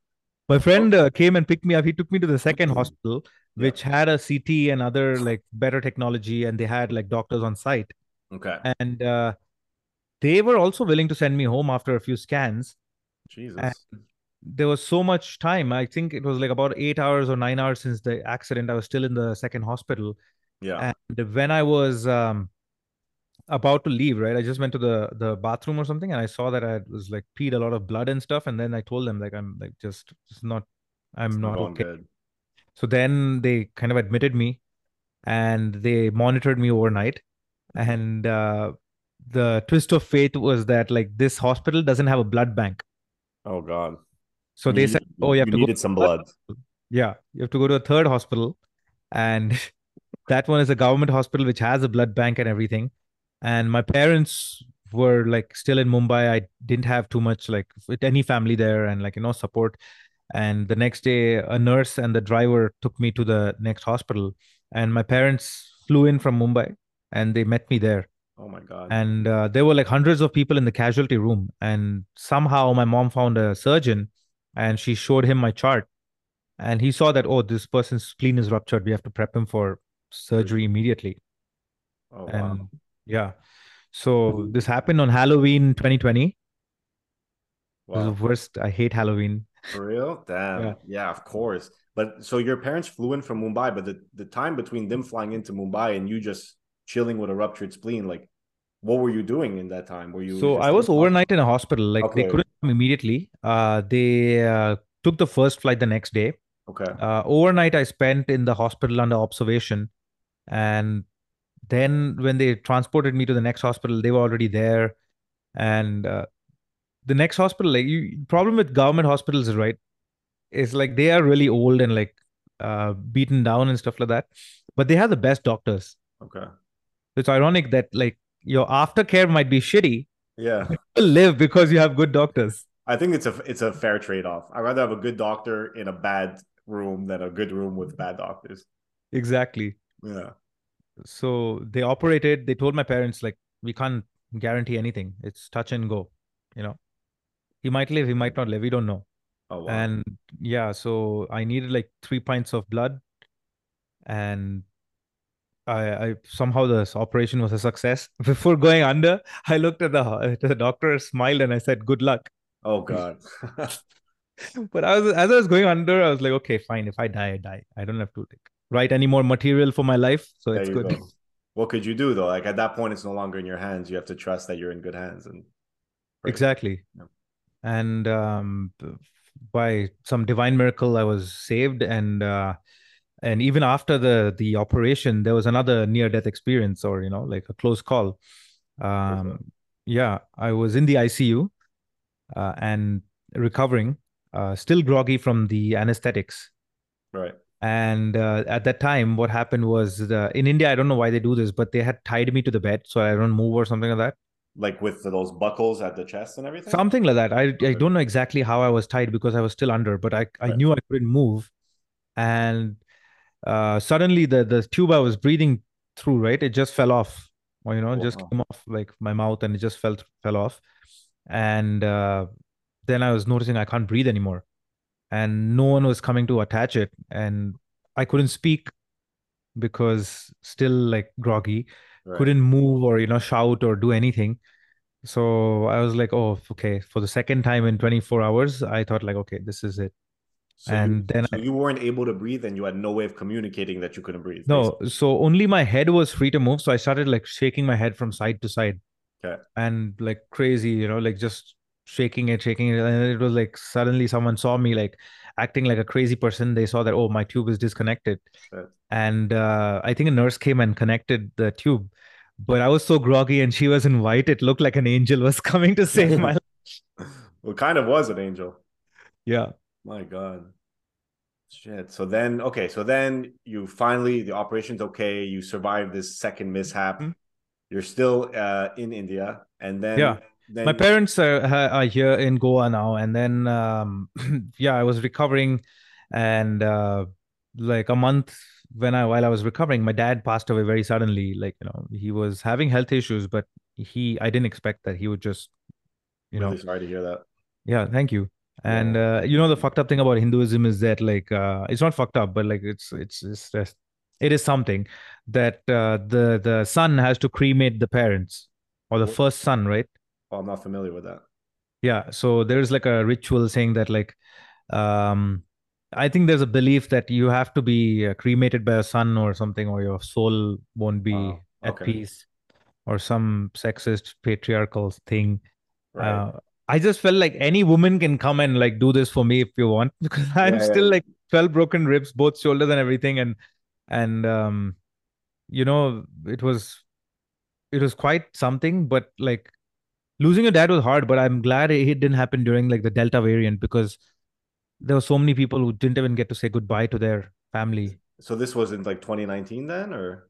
S3: my friend uh, came and picked me up he took me to the second hospital
S1: Oh. Yeah.
S3: which had a ct and other like better technology and they had like doctors on site
S1: Okay.
S3: and uh, they were also willing to send me home after a few scans
S1: Jesus.
S3: there was so much time i think it was like about eight hours or nine hours since the accident i was still in the second hospital
S1: Yeah.
S3: and when i was um, about to leave right i just went to the the bathroom or something and i saw that i was like peed a lot of blood and stuff and then i told them like i'm like just it's not i'm
S1: It's
S3: not
S1: going
S3: okay
S1: good.
S3: so then they kind of admitted me and they monitored me overnight. And uh, the twist of fate was that like this hospital doesn't have a blood bank.
S1: Oh, God.
S3: So they
S1: Mm-hmm. You-
S3: said, oh, you have to go,
S1: needed some blood.
S3: yeah, you have to go to a third hospital. And that one is a government hospital which has a blood bank and everything. And my parents were like still in Mumbai. I didn't have too much like with any family there and like, you know, support. And the next day, a nurse and the driver took me to the next hospital. And my parents flew in from Mumbai and they met me there.
S1: Oh my god.
S3: And uh, there were like hundreds of people in the casualty room. And somehow my mom found a surgeon and she showed him my chart. And he saw that, oh, this person's spleen is ruptured. We have to prep him for surgery immediately.
S1: oh wow.
S3: And yeah. So this happened on Halloween 2020. It was
S1: Wow.
S3: the worst. I hate Halloween.
S1: For real? Damn.
S3: Yeah.
S1: Yeah. of course. But so your parents flew in from Mumbai, but the, the time between them flying into Mumbai and you just chilling with a ruptured spleen, like what were you doing in that time? Were you
S3: So
S1: just
S3: I
S1: in
S3: was
S1: the hospital?
S3: overnight in a hospital. Like they
S1: Okay.
S3: couldn't come immediately. Uh, they uh, took the first flight the next day.
S1: Okay.
S3: Uh, overnight, I spent in the hospital under observation, and then when they transported me to the next hospital, they were already there. And uh, the next hospital, like you, problem with government hospitals, right, is like they are really old and like uh, beaten down and stuff like that. But they have the best doctors.
S1: Okay.
S3: It's ironic that like your aftercare might be shitty,
S1: Yeah.
S3: still live because you have good doctors.
S1: I think it's a it's a fair trade off. I'd rather have a good doctor in a bad room than a good room with bad doctors.
S3: Exactly.
S1: Yeah.
S3: So they operated. They told my parents, like, we can't guarantee anything. It's touch and go. You know, he might live, he might not live. We don't know.
S1: Oh wow.
S3: And yeah, so I needed like three pints of blood, and I, I somehow this operation was a success. Before going under, I looked at the, at the doctor, smiled, and I said, "Good luck."
S1: Oh God.
S3: But I was, as I was going under, I was like, "Okay, fine. If I die, I die. I don't have to like, write any more material for my life, so
S1: There
S3: it's
S1: you
S3: good."
S1: go. What could you do though? Like at that point, it's no longer in your hands. You have to trust that you're in good hands. And Right.
S3: Exactly.
S1: Yeah.
S3: And um, b- by some divine miracle, I was saved. And uh, and even after the the operation, there was another near death experience, or you know, like a close call. Um, yeah, I was in the ICU uh, and recovering, uh, still groggy from the anesthetics
S1: right,
S3: and uh, at that time what happened was the, in india i don't know why they do this but they had tied me to the bed so i don't move or something like that
S1: like with those buckles at the chest and everything.
S3: something like that i, I
S1: Right.
S3: don't know exactly how i was tied because i was still under but i, I
S1: Right.
S3: knew i couldn't move and uh, suddenly the, the tube i was breathing through right it just fell off or you know it just
S1: Wow.
S3: came off like my mouth and it just fell fell off and uh, then i was noticing i can't breathe anymore and no one was coming to attach it and i couldn't speak because still like groggy
S1: Right.
S3: couldn't move or you know shout or do anything so i was like oh okay for the second time in 24 hours i thought like okay this is it
S1: So you-
S3: and then
S1: so you weren't able to breathe, and you had no way of communicating that you couldn't breathe.
S3: No, so only my head was free to move. So I started like shaking my head from side to side.
S1: Okay.
S3: And like crazy, you know, like just shaking it, shaking it. And it was like suddenly someone saw me like acting like a crazy person. They saw that, oh, my tube is disconnected.
S1: Right.
S3: And uh, I think a nurse came and connected the tube. But I was so groggy and she was in white. It looked like an angel was coming to save my life.
S1: basically. Well, kind of was an angel.
S3: Yeah.
S1: My God. Shit. So then, okay. So then you finally, the operation's okay. You survived this second mishap.
S3: Mhm.
S1: You're still uh, in India. And then,
S3: Yeah.
S1: then
S3: my parents are, ha- are here in goa now and then um, yeah i was recovering and uh, like a month when i while i was recovering my dad passed away very suddenly like you know he was having health issues but he i didn't expect that he would just you know
S1: really sorry to hear that.
S3: yeah thank you and uh, you know the fucked up thing about hinduism is that like uh, it's not fucked up but like it's it's it's just it is something that uh, the the son has to cremate the parents or the
S1: Wh-
S3: first son right
S1: Well, I'm not familiar with that.
S3: yeah, so there's like a ritual saying that like um I think there's a belief that you have to be uh, cremated by a sun or something or your soul won't be
S1: Wow,
S3: at
S1: okay.
S3: peace or some sexist patriarchal thing.
S1: Right.
S3: Uh, I just felt like any woman can come and like do this for me if you want because I'm
S1: Yeah, yeah.
S3: still like 12 broken ribs, both shoulders and everything and and um you know it was it was quite something but like losing your dad was hard but i'm glad it it didn't happen during like the delta variant because there were so many people who didn't even get to say goodbye to their family
S1: so this was in like 2019 then, or?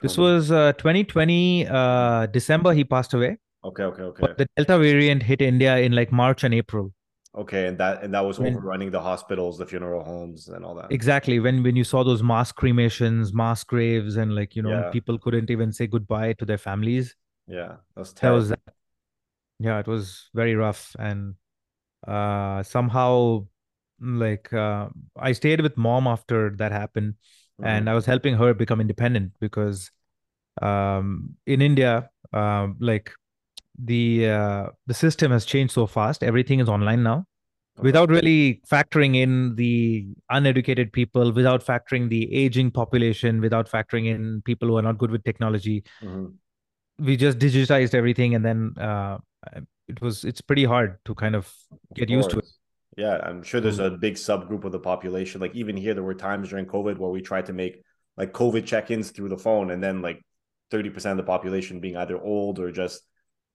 S3: this was uh, 2020 uh, december he passed away
S1: Okay. Okay. Okay.
S3: but the delta variant hit india in like march and april
S1: okay. And that, and that was
S3: When-
S1: overrunning the hospitals, the funeral homes, and all that.
S3: exactly when when you saw those mass cremations mass graves and like you know
S1: Yeah.
S3: people couldn't even say goodbye to their families
S1: Yeah. That was
S3: that
S1: terrible.
S3: was that. yeah it was very rough and uh somehow like uh, i stayed with mom after that happened
S1: Mhm.
S3: and i was helping her become independent because um in india um like the uh, the system has changed so fast everything is online now
S1: Okay.
S3: without really factoring in the uneducated people without factoring the aging population without factoring in people who are not good with technology
S1: Mhm.
S3: we just digitized everything and then uh, it was it's pretty hard to kind of get used to it Mm-hmm.
S1: course. Yeah, I'm sure there's a big subgroup of the population. Like even here, there were times during COVID where we tried to make like COVID check-ins through the phone, and then like 30% of the population being either old or just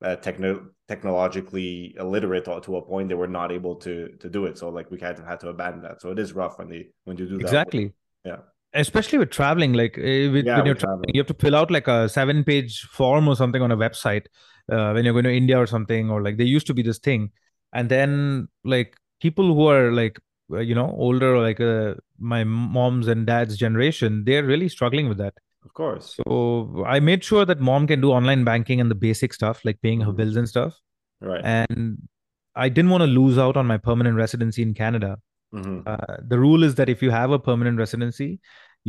S1: uh, techno technologically illiterate to, to a point they were not able to to do it. So like we kind of had to abandon that. So it is rough when they when you do that.
S3: exactly
S1: Yeah.
S3: especially with traveling like eh, with,
S1: Yeah,
S3: when you're
S1: with
S3: traveling
S1: traveling.
S3: you have to fill out like a seven page form or something on a website uh, when you're going to india or something or like there used to be this thing and then like people who are like uh, you know older or like uh, my mom's and dad's generation they're really struggling with that
S1: Of course.
S3: so i made sure that mom can do online banking and the basic stuff like paying her
S1: Mhm.
S3: bills and stuff
S1: Right.
S3: and I didn't want to lose out on my permanent residency in Canada.
S1: Mhm.
S3: Uh, the rule is that if you have a permanent residency,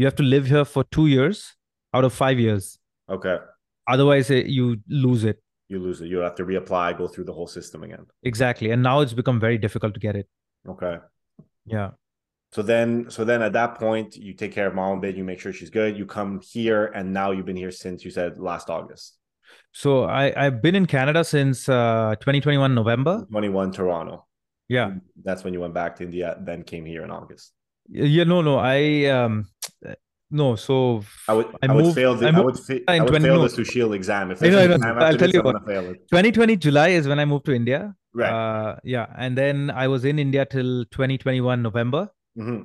S3: you have to live here for two years out of five years.
S1: Okay.
S3: Otherwise, eh, you lose it.
S1: You lose it. You have to reapply, go through the whole system again.
S3: Exactly. And now it's become very difficult to get it.
S1: Okay.
S3: Yeah.
S1: So then, so then at that point, you take care of mom a bit. You make sure she's good. You come here, and now you've been here since you said last August,
S3: So I, I've been in Canada since uh, 2021 November.
S1: twenty-one Toronto.
S3: Yeah.
S1: That's when you went back to India, then came here in August.
S3: Yeah. No, no. I, um, no. So
S1: I would, I,
S3: I
S1: would
S3: moved-
S1: fail the,
S3: I
S1: I,
S3: moved
S1: would, fa- I
S3: in
S1: would
S3: 20
S1: fail
S3: no.
S1: the Sushil exam. If
S3: I know,
S1: there's
S3: I know.
S1: an exam I have
S3: I'll
S1: to
S3: tell
S1: do,
S3: you
S1: I'm gonna fail it.
S3: 2020 July is when I moved to India.
S1: Right.
S3: Uh, yeah. And then I was in India till 2021 November.
S1: hmm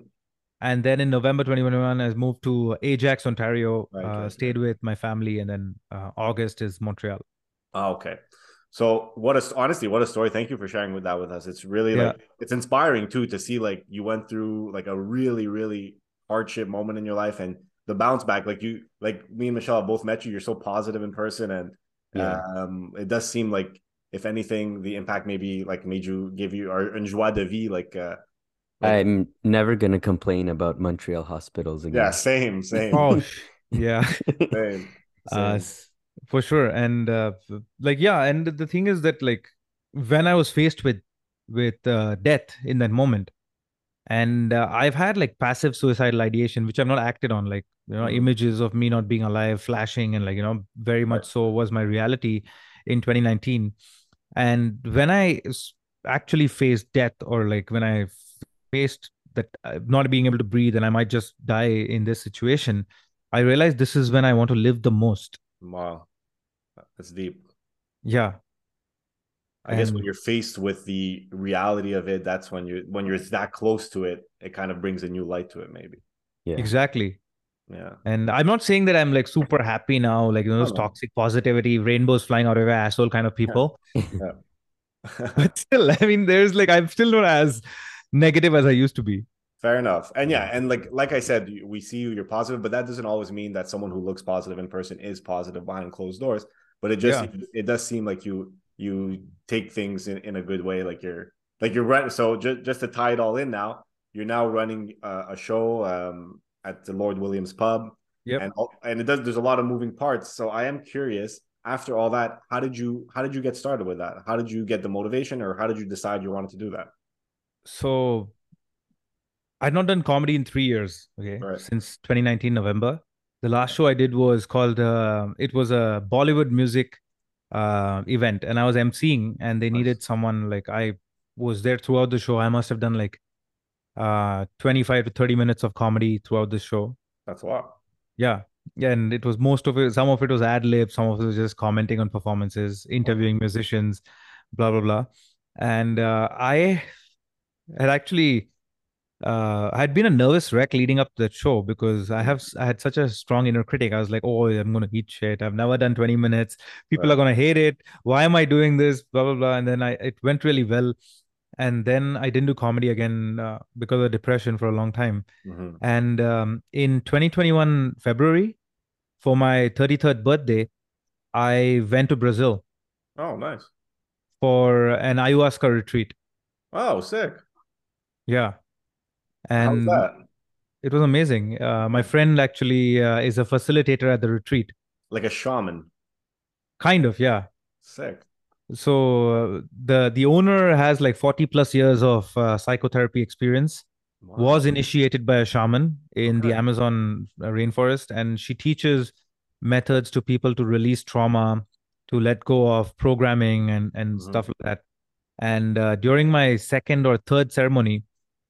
S3: And then in November 2021, I moved to Ajax, Ontario,
S1: Right,
S3: uh,
S1: right, right.
S3: stayed with my family. And then uh, August is Montreal.
S1: Oh, okay. So what a honestly, what a story. Thank you for sharing with that with us. It's really like it's inspiring too to see like you went through like a really, really hardship moment in your life and the bounce back. Like you like me and Michelle have both met you. You're so positive in person and
S2: Yeah.
S1: um it does seem like if anything, the impact maybe like made you give you or une joie de vie, like uh like-
S2: I'm never gonna complain about Montreal hospitals again.
S1: yeah, same, same,
S3: Oh, sh- yeah.
S1: same.
S3: Uh,
S1: same.
S3: s- for sure. And uh, f- like, yeah. And the thing is that, like, when I was faced with with uh, death in that moment, and uh, I've had like passive suicidal ideation, which I've not acted on, like you know,
S1: Mhm.
S3: images of me not being alive flashing, and like you know, very much so was my reality in 2019. And when I s- actually faced death, or like when I faced that uh, not being able to breathe, and I might just die in this situation, I realized this is when I want to live the most.
S1: Wow. That's deep.
S3: Yeah.
S1: I guess when
S3: And-
S1: you're faced with the reality of it, that's when you when you're that close to it, it kind of brings a new light to it, maybe.
S2: Yeah.
S3: Exactly.
S1: Yeah.
S3: And I'm not saying that I'm like super happy now, like you know,
S1: No,
S3: those
S1: no.
S3: toxic positivity, rainbows flying out of your asshole kind of people.
S1: Yeah.
S3: But still, I mean, there's like I'm still not as negative as I used to be.
S1: Fair enough. And yeah, and like like I said, you- we see you, you're positive, but that doesn't always mean that someone who looks positive in person is positive behind closed doors. But it just it does seem like you you take things in, in a good way, like you're like you're right. So just just to tie it all in now, you're now running uh, a show um at the Lord Williams pub.
S3: Yep.
S1: And all- and it does there's a lot of moving parts. So I am curious, after all that, how did you how did you get started with that? How did you get the motivation or how did you decide you wanted to do that?
S3: So I've not done comedy in three years. Okay.
S1: Right.
S3: Since 2019 November. The last show I did was called uh, it was a Bollywood music uh, event and I was emceeing and they
S1: Nice.
S3: needed someone like I was there throughout the show. I must have done like uh 25 to 30 minutes of comedy throughout the show.
S1: That's wow.
S3: Yeah. Yeah, and it was most of it, some of it was ad lib, some of it was just commenting on performances, interviewing musicians, blah, blah, blah. And uh, I had actually uh, I had been a nervous wreck leading up to that show because I have s- I had such a strong inner critic. I was like, oh, I'm gonna eat shit. I've never done 20 minutes. People
S1: Right.
S3: are gonna hate it. Why am I doing this? Blah blah blah. And then I it went really well. And then I didn't do comedy again uh, because of depression for a long time.
S1: Mhm.
S3: And um, in 2021, February, for my 33rd birthday, I went to Brazil
S1: Oh, nice.
S3: for an ayahuasca retreat.
S1: Oh, sick.
S3: Yeah.
S1: How's
S3: And
S1: that?
S3: it was amazing. Uh, my friend actually uh, is a facilitator at the retreat,
S1: Like a shaman.
S3: kind of, yeah.
S1: Sick.
S3: So uh, the the owner has like 40 plus years of uh, psychotherapy experience.
S1: Wow.
S3: was initiated by a shaman in the
S1: Okay.
S3: Amazon uh, rainforest, and she teaches methods to people to release trauma, to let go of programming and and
S1: Mhm.
S3: stuff like that. And uh, during my second or third ceremony,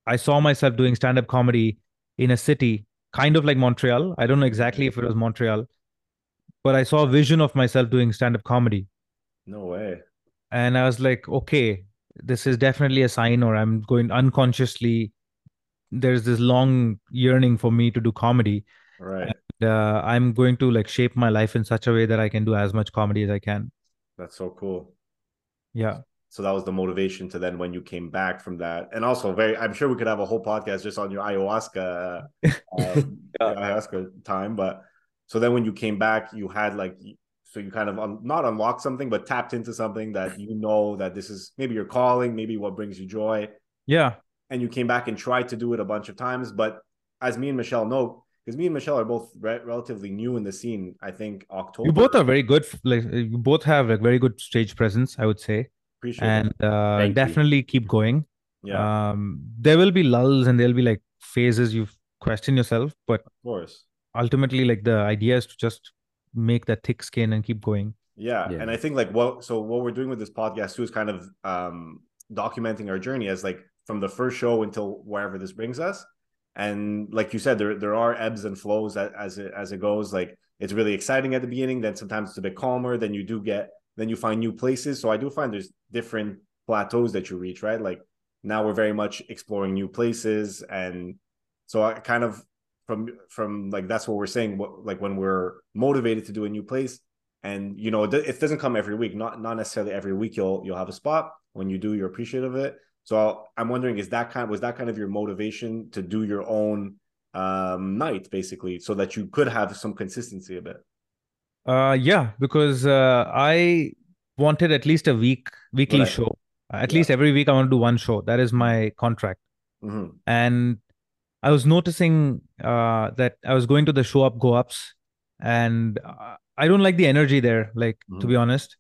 S3: I saw myself doing stand up comedy in a city, kind of like Montreal. I don't know exactly if it was Montreal, but I saw a vision of myself doing stand up comedy
S1: no way.
S3: and i was like okay this is definitely a sign or i'm going unconsciously there's this long yearning for me to do comedy
S1: Right.
S3: uh, i'm going to like shape my life in such a way that i can do as much comedy as i can
S1: That's so cool.
S3: yeah
S1: So that was the motivation to then when you came back from that. And also very I'm sure we could have a whole podcast just on your ayahuasca um,
S2: Yeah.
S1: ayahuasca time, but so then when you came back, you had like so you kind of un- not unlocked something but tapped into something that you know that this is maybe your calling, maybe what brings you joy.
S3: yeah
S1: and you came back and tried to do it a bunch of times. But as me and Michelle know, because me and Michelle are both re- relatively new in the scene. I think October.
S3: You both are very good. Like you both have like very good stage presence, I would say,
S1: appreciate
S3: and
S1: it.
S3: uh,
S2: Thank you.
S3: definitely keep going.
S1: Yeah,
S3: Um, there will be lulls and there'll be like phases you question yourself, but
S1: of course.
S3: ultimately, like the idea is to just make that thick skin and keep going.
S1: Yeah.
S2: Yeah.
S1: and I think like what so what we're doing with this podcast too is kind of um documenting our journey as like from the first show until wherever this brings us. And like you said, there there are ebbs and flows that, as it as it goes. Like it's really exciting at the beginning, then sometimes it's a bit calmer. Then you do get then you find new places. So I do find there's different plateaus that you reach, right? Like now we're very much exploring new places, and so I kind of from from like that's what we're saying. What like when we're motivated to do a new place, and you know it do- it doesn't come every week not not necessarily every week you'll you'll have a spot when you do you're appreciative of it so I'll, i'm wondering is that kind was that kind of your motivation to do your own um night basically so that you could have some consistency a bit
S3: Uh, yeah, because uh, I wanted at least a week weekly
S1: Right.
S3: show. At
S1: Yeah.
S3: least every week I want to do one show. That is my contract.
S1: Mhm.
S3: and I was noticing uh, that I was going to the show up go ups, and uh, I don't like the energy there. Like to
S1: Mhm.
S3: be honest,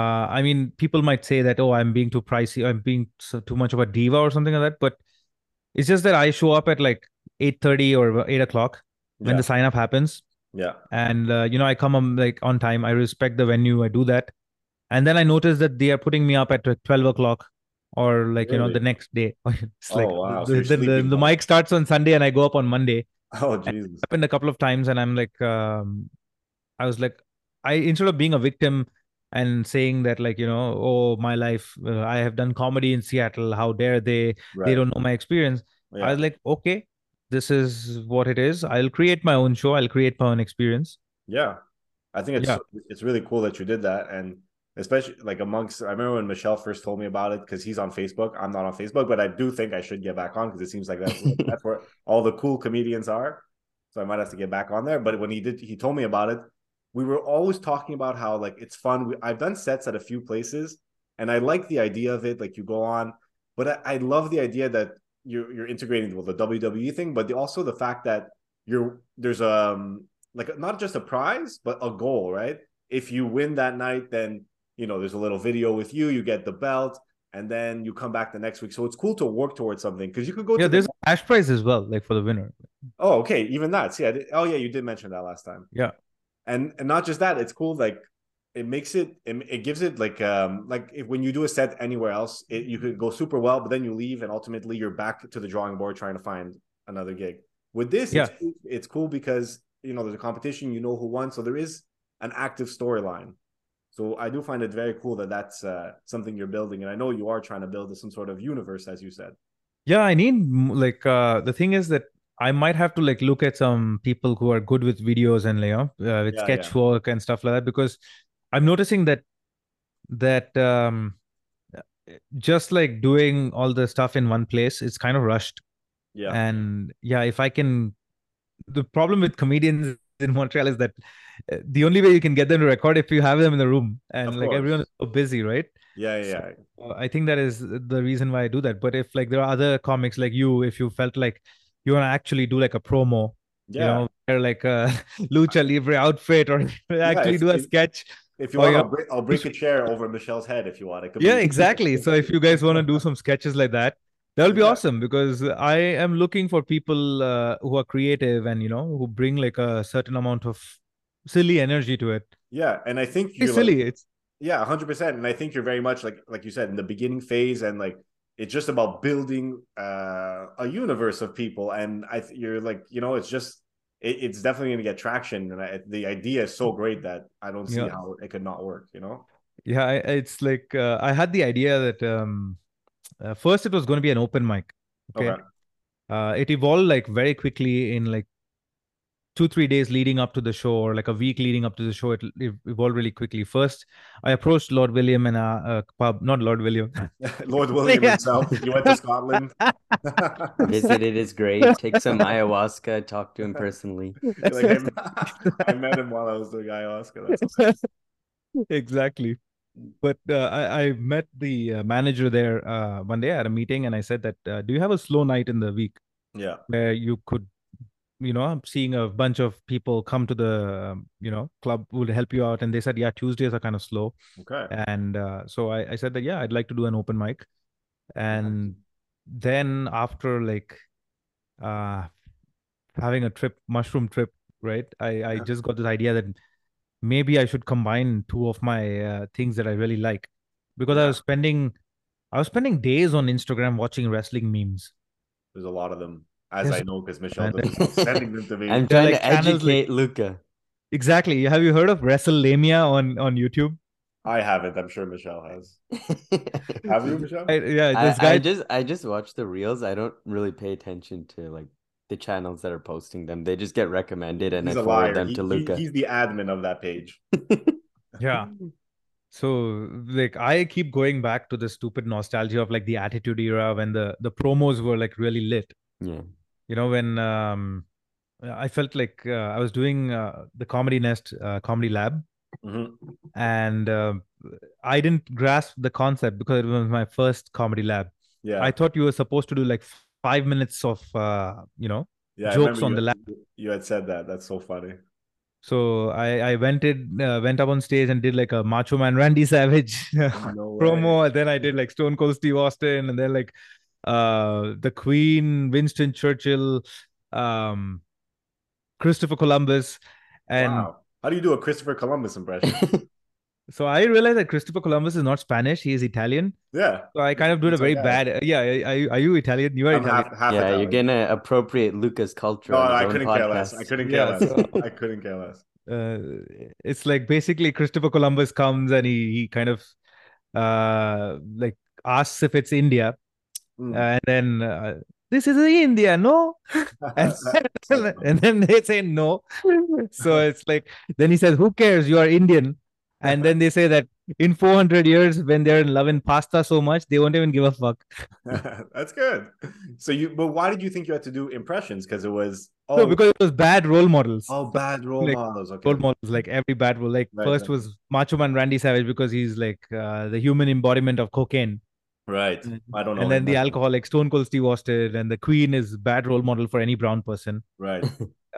S3: uh, I mean, people might say that oh, I'm being too pricey, I'm being so, too much of a diva or something like that. But it's just that I show up at like eight thirty or eight o'clock when
S1: yeah
S3: the sign up happens,
S1: yeah
S3: and uh, you know I come um, like on time. I respect the venue. I do that, and then I notice that they are putting me up at like, twelve o'clock or like you know the
S1: Really?
S3: next day. it's
S1: Oh,
S3: like
S1: wow. So
S3: the,
S1: you're
S3: the, the,
S1: sleeping
S3: the
S1: now.
S3: mic starts on Sunday and I go up on Monday.
S1: oh jesus
S3: Happened a couple of times, and I'm like, um, I was like, I instead of being a victim and saying that like you know oh my life uh, I have done comedy in Seattle. How dare they?
S1: right
S3: They don't know my experience.
S1: yeah.
S3: I was like, okay, this is what it is. I'll create my own show. I'll create my own experience.
S1: Yeah, I think it's
S3: Yeah.
S1: so- it's really cool that you did that, and especially like amongst. I remember when Michelle first told me about it because he's on Facebook. I'm not on Facebook, but I do think I should get back on because it seems like that's where, that's where all the cool comedians are. So I might have to get back on there. But when he did, he told me about it. We were always talking about how like it's fun. We, I've done sets at a few places, and I like the idea of it. Like you go on, but I, I love the idea that you're you're integrating well, the WWE thing, but the, also the fact that you're there's um like not just a prize but a goal right if you win that night then you know there's a little video with you you get the belt and then you come back the next week so it's cool to work towards something because you could go
S3: Yeah,
S1: to the-
S3: there's a cash prize as well, like for the winner.
S1: oh okay even that see I did, oh yeah you did mention that last time
S3: Yeah.
S1: and and not just that it's cool like it makes it it, it gives it like um like if, when you do a set anywhere else it, you could go super well but then you leave and ultimately you're back to the drawing board trying to find another gig with this it's, cool- it's cool because you know there's a competition you know who won so there is an active storyline so i do find it very cool that that's uh, something you're building and i know you are trying to build some sort of universe as you said
S3: Yeah, I need m- like uh the thing is that I might have to like look at some people who are good with videos and you know uh, with
S1: Yeah,
S3: sketch work and stuff like that because I'm noticing that that um just like doing all the stuff in one place it's kind of rushed
S1: yeah
S3: and yeah if I can the problem with comedians in Montreal is that uh, the only way you can get them to record if you have them in the room and
S1: Of
S3: like everyone is so busy right
S1: yeah yeah, yeah.
S3: uh, I think that is the reason why I do that. But if like there are other comics like you, if you felt like you want to actually do like a promo, you
S1: Yeah.
S3: know, wear like a lucha libre outfit or actually
S1: if-
S3: do a
S1: if-
S3: sketch.
S1: if you
S3: Oh,
S1: want
S3: yeah.
S1: I'll, break, I'll break a chair over michelle's head if you want it could be-
S3: Yeah, exactly. So if you guys want to do some sketches like that, that'll be
S1: Yeah.
S3: awesome because I am looking for people uh, who are creative and you know who bring like a certain amount of silly energy to it.
S1: yeah and i think
S3: It's
S1: you're like-
S3: silly. It's
S1: Yeah, hundred percent. And I think you're very much like like you said in the beginning phase, and like it's just about building uh, a universe of people. And I th- you're like you know it's just it, it's definitely going to get traction. And I, the idea is so great that I don't see
S3: Yeah.
S1: how it could not work. You know?
S3: yeah, I- it's like uh, I had the idea that um, uh, first it was going to be an open mic. Okay. uh, it evolved like very quickly in like two three days leading up to the show or like a week leading up to the show it, it evolved really quickly first i approached lord william in a, a pub not lord william
S1: Lord William
S3: Yeah.
S1: himself. You went to Scotland.
S2: Visited is great. Take some ayahuasca, talk to him personally.
S1: Like, I, met- I met him while I was doing ayahuasca. That's
S3: exactly but uh, I, I met the uh, manager there uh, one day at a meeting and i said that uh, do you have a slow night in the week
S1: yeah.
S3: where you could you know seeing a bunch of people come to the um, you know club will help you out and they said yeah tuesdays are kind of slow
S1: Okay.
S3: and uh, so I, I said that yeah i'd like to do an open mic and then after like uh having a trip mushroom trip right i i just got this idea that maybe i should combine two of my uh, things that i really like because i was spending i was spending days on instagram watching wrestling memes
S1: There's a lot of them, as
S3: Yes.
S1: I know, because Michelle
S3: And-
S1: does keep sending them to me.
S2: I'm trying
S3: like
S2: to
S3: channels like-
S2: educate Luca.
S3: exactly have you heard of wrestlemania on on youtube
S1: I haven't. I'm sure Michelle has. Have you, Michelle?
S3: I, yeah
S2: I,
S3: this guy
S2: I just I just watch the reels. I don't really pay attention to like the channels that are posting them. They just get recommended and
S1: he's
S2: I
S1: a
S2: forward
S1: liar.
S2: them
S1: He-
S2: to
S1: he-
S2: Luca.
S1: he's the admin of that page.
S3: yeah so like i keep going back to the stupid nostalgia of like the attitude era when the the promos were like really lit
S2: Yeah.
S3: you know when um i felt like uh, i was doing uh, the comedy nest uh, comedy lab
S1: Mhm.
S3: Mm-hmm. and um i didn't grasp the concept because it was my first comedy lab
S1: Yeah,
S3: i thought you were supposed to do like f- five minutes of uh, you know
S1: yeah. I
S3: jokes
S1: remember
S3: on
S1: you
S3: the
S1: had- You had said that. That's so funny.
S3: so i i went it uh, went up on stage and did like a macho man randy savage
S1: No way.
S3: promo and then i did like stone cold steve austin and then like uh the queen winston churchill um christopher columbus and
S1: wow. how do you do a Christopher Columbus impression?
S3: so i realized that christopher columbus is not spanish he is italian
S1: yeah,
S3: so i kind of do it a
S1: It's
S3: very
S1: okay.
S3: bad uh, yeah are, are you- are you italian you are
S1: I'm
S3: italian
S1: half, half
S2: yeah,
S1: Italian.
S2: you're gonna appropriate Luca's culture.
S1: No,
S2: on his
S1: I
S2: own
S1: couldn't care less. I
S2: podcast.
S1: couldn't care
S3: Yeah,
S1: less.
S2: so-
S1: I couldn't care less.
S3: uh, it's like basically Christopher Columbus comes and he, he kind of uh like asks if it's India
S1: Mm.
S3: and then uh, this is India no and, then- and then they say no so it's like then he says who cares you are Indian and then they say that in 400 years when they're in love in pasta so much they won't even give a fuck
S1: That's good. So you, but why did you think you had to do impressions? Because it was oh,
S3: no because it was bad role models
S1: oh, bad role
S3: like,
S1: models. Okay,
S3: role models like every bad role like
S1: Right,
S3: first
S1: right.
S3: was Macho Man Randy Savage because he's like uh, the human embodiment of cocaine
S1: right. Oh, I don't know.
S3: Mm-hmm. and then
S1: him.
S3: the alcoholic Stone Cold Steve Austin, and the Queen is bad role model for any brown person.
S1: right.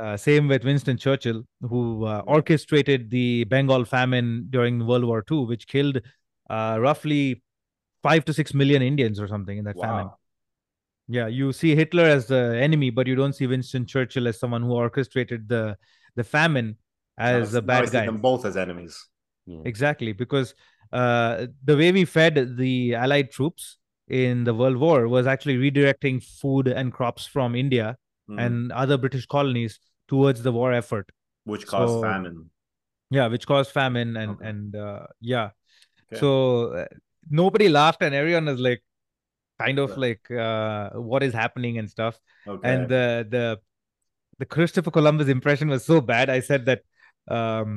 S3: Uh, same with Winston Churchill, who uh, orchestrated the Bengal famine during World War II, which killed uh, roughly five to six million Indians or something in that famine.
S1: Wow.
S3: Yeah, you see Hitler as the enemy, but you don't see Winston Churchill as someone who orchestrated the the famine
S1: Now
S3: as
S1: I-
S3: a
S1: now I
S3: bad
S1: see
S3: guy.
S1: Them both as enemies.
S2: Yeah.
S3: Exactly, because uh, the way we fed the Allied troops in the World War was actually redirecting food and crops from India
S1: Mm.
S3: and other British colonies towards the war effort.
S1: which caused
S3: so-
S1: famine.
S3: Yeah, which caused famine and
S1: Okay.
S3: and uh, yeah.
S1: Okay.
S3: So uh, nobody laughed, and everyone is like, kind of
S1: Yeah.
S3: like, uh, what is happening and stuff.
S1: Okay.
S3: And the the the Christopher Columbus impression was so bad. I said that um,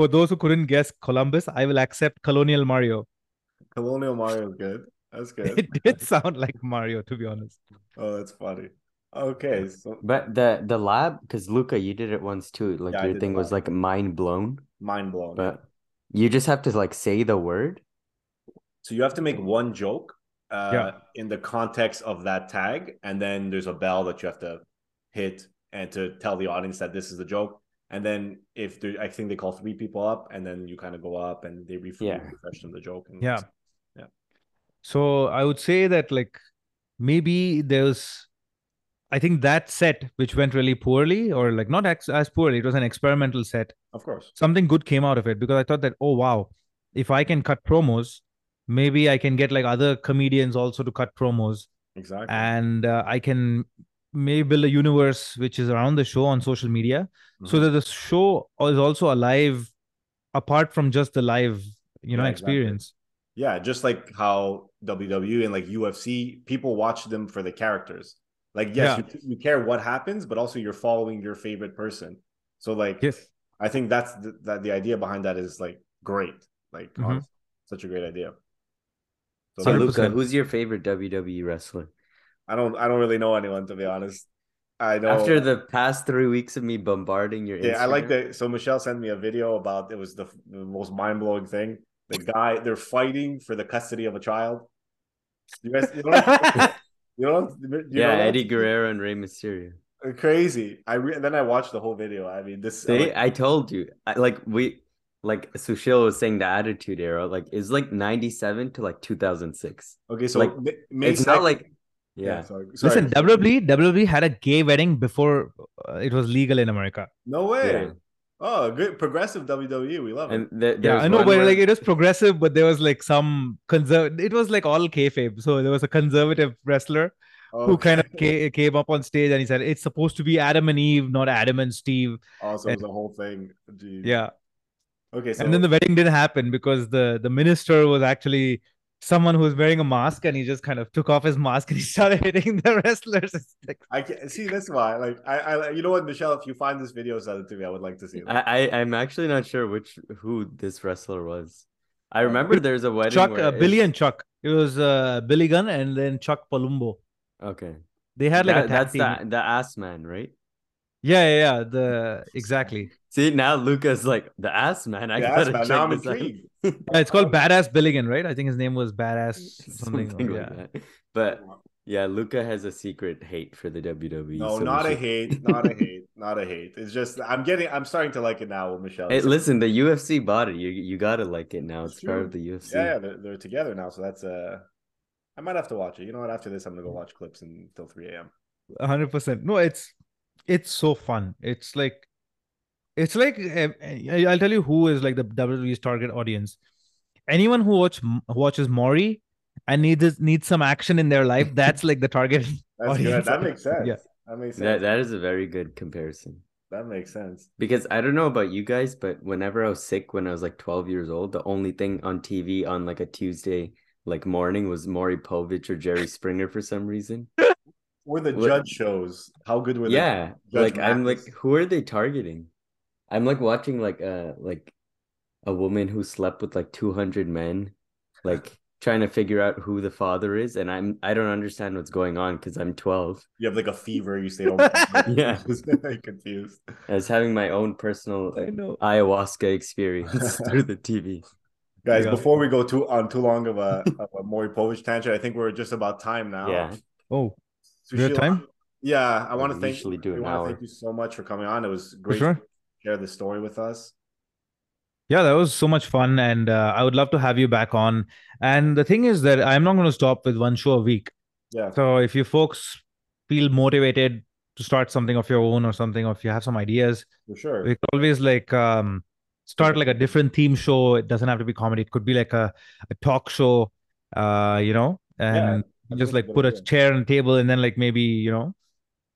S3: for those who couldn't guess Columbus, I will accept Colonial Mario.
S1: Colonial Mario is good. That's good.
S3: it did sound like Mario, to be honest.
S1: oh, that's funny. Okay. So
S2: But the the lab, because Luca, you did it once too. Like
S1: Yeah, I
S2: your
S1: did
S2: thing
S1: the
S2: was
S1: lab. Oh,
S2: like mind blown,
S1: mind blown.
S2: but you just have to like say the word.
S1: So you have to make one joke uh,
S3: Yeah.
S1: in the context of that tag, and then there's a bell that you have to hit and to tell the audience that this is the joke. And then if there, I think they call three people up, and then you kind of go up and they refresh,
S2: Yeah.
S1: refresh them the joke. And
S3: Yeah. So I would say that like maybe there's I think that set which went really poorly or like not ex- as poorly it was an experimental set
S1: of course.
S3: something good came out of it because I thought that oh wow if I can cut promos maybe I can get like other comedians also to cut promos
S1: Exactly.
S3: and uh, I can maybe build a universe which is around the show on social media so
S1: Mhm.
S3: that the show is also alive apart from just the live you know
S1: Yeah, exactly.
S3: experience
S1: Yeah, just like how WWE and like UFC, people watch them for the characters. Like, yes, you, you care what happens, but also you're following your favorite person. So, like,
S3: yes
S1: I think that's the, that the idea behind that is like great, like
S3: Mhm.
S1: honestly, such a great idea. So
S2: So
S1: like,
S2: Luca,
S3: 100%.
S2: who's your favorite WWE wrestler?
S1: I don't, I don't really know anyone to be honest. I know
S2: After the past three weeks of me bombarding your
S1: yeah, I like
S2: Instagram,
S1: that. So Michelle sent me a video about it was the, the most mind blowing thing. The guy they're fighting for the custody of a child. You guys, you know, you know, you know
S2: yeah,
S1: that?
S2: Eddie Guerrero and Rey Mysterio.
S1: Crazy. I re- then I watched the whole video. I mean, this
S2: See, I told you, I, like we, like Sushil was saying, the Attitude Era, like is like ninety seven to like two thousand six.
S1: okay. So
S2: like,
S1: Ma- May
S2: It's not
S1: 2nd
S2: like, yeah,
S1: sorry, sorry.
S3: Listen, E WWE WWE had a gay wedding before uh, it was legal in America.
S1: no way.
S2: Yeah.
S1: Oh, good progressive WWE. We love it.
S2: and there,
S3: Yeah,
S2: there's
S3: I know,
S2: one
S3: but
S2: where-
S3: like it was progressive, but there was like some conserv. It was like all kayfabe. So there was a conservative wrestler
S1: Oh,
S3: who kind of ca- came up on stage and he said, "It's supposed to be Adam and Eve, not Adam and Steve."
S1: also it was the whole thing. Jeez.
S3: Yeah,
S1: Okay. So
S3: and then the wedding didn't happen because the the minister was actually someone who was wearing a mask, and he just kind of took off his mask and he started hitting the wrestlers. It's like,
S1: I can see that's why. Like I, I, you know what, Michelle, if you find this video, send it to me. I would like to see it.
S2: I, I I'm actually not sure which who this wrestler was. I remember there's a wedding.
S3: Uh, Chuck,
S2: where
S3: uh, Billy
S2: it's-
S3: and Chuck. It was uh, Billy Gunn and then Chuck Palumbo.
S2: Okay,
S3: They had like
S2: That-
S3: a tag
S2: that's
S3: team.
S2: the the ass man, right?
S3: Yeah, yeah, yeah. The exactly.
S2: See now Luca's like the ass man. I
S1: Yeah,
S2: gotta
S1: that's bad.
S2: check
S1: Now I'm
S2: this out."
S1: intrigued.
S3: Yeah, it's called Badass Billigan, right? I think his name was Badass something.
S2: Something
S3: yeah.
S2: like that. But yeah, Luca has a secret hate for the WWE.
S1: No,
S2: so we
S1: not a
S2: should-
S1: hate, not a hate, not a hate. It's just I'm getting, I'm starting to like it now with Michelle.
S2: Hey, listen, the UFC bought it. You you gotta like it now.
S1: It's
S2: It's, part of
S1: true.
S2: the UFC.
S1: yeah, yeah, they're, they're together now, so that's uh, I might have to watch it. You know what? After this, I'm gonna go watch clips until 3 a.m.
S3: hundred percent. No, it's it's so fun. It's like it's like eh, eh, I'll tell you who is like the WWE's target audience. Anyone who watch watches Maury and needs needs some action in their life, that's like the target.
S1: That's good.
S3: Audience.
S1: That makes sense.
S3: Yeah.
S1: That makes sense.
S2: Oh, That that is a very good comparison.
S1: that makes sense.
S2: Because I don't know about you guys, but whenever I was sick when I was like 12 years old, the only thing on TV on like a Tuesday like morning was Maury Povich or Jerry Springer for some reason.
S1: Or the
S2: What-
S1: judge shows. How good were they?
S2: yeah.
S1: Judge
S2: Like I'm like,
S1: Mathis.
S2: who are they targeting? I'm like watching like uh like a woman who slept with like 200 men, like trying to figure out who the father is, and I'm I don't understand what's going on because I'm 12.
S1: You have like a fever. You stay home.
S2: Yeah.
S1: confused.
S2: I was having my own personal
S3: I know.
S2: ayahuasca experience through the TV.
S1: Guys,
S3: Yeah.
S1: before we go too on too long of a, of a Maury Povich tangent, I think we're just about time now.
S2: Yeah.
S3: Oh,
S1: Sushil,
S3: We're at time?
S1: Yeah, I want to
S2: We
S1: thank.
S2: usually do
S1: we
S2: an
S1: want to
S2: hour.
S1: thank you so much for coming on. It was great
S3: sure.
S1: to share this story with us.
S3: Yeah, that was so much fun, and uh, I would love to have you back on. And the thing is that I'm not going to stop with one show a week.
S1: Yeah.
S3: So if you folks feel motivated to start something of your own or something, or if you have some ideas,
S1: For sure.
S3: we could always like um, start like a different theme show. It doesn't have to be comedy. It could be like a, a talk show, uh, you know,
S1: Yeah,
S3: and
S1: I
S3: just
S1: think it's
S3: like
S1: a good
S3: put a
S1: idea.
S3: chair and table and then like maybe you know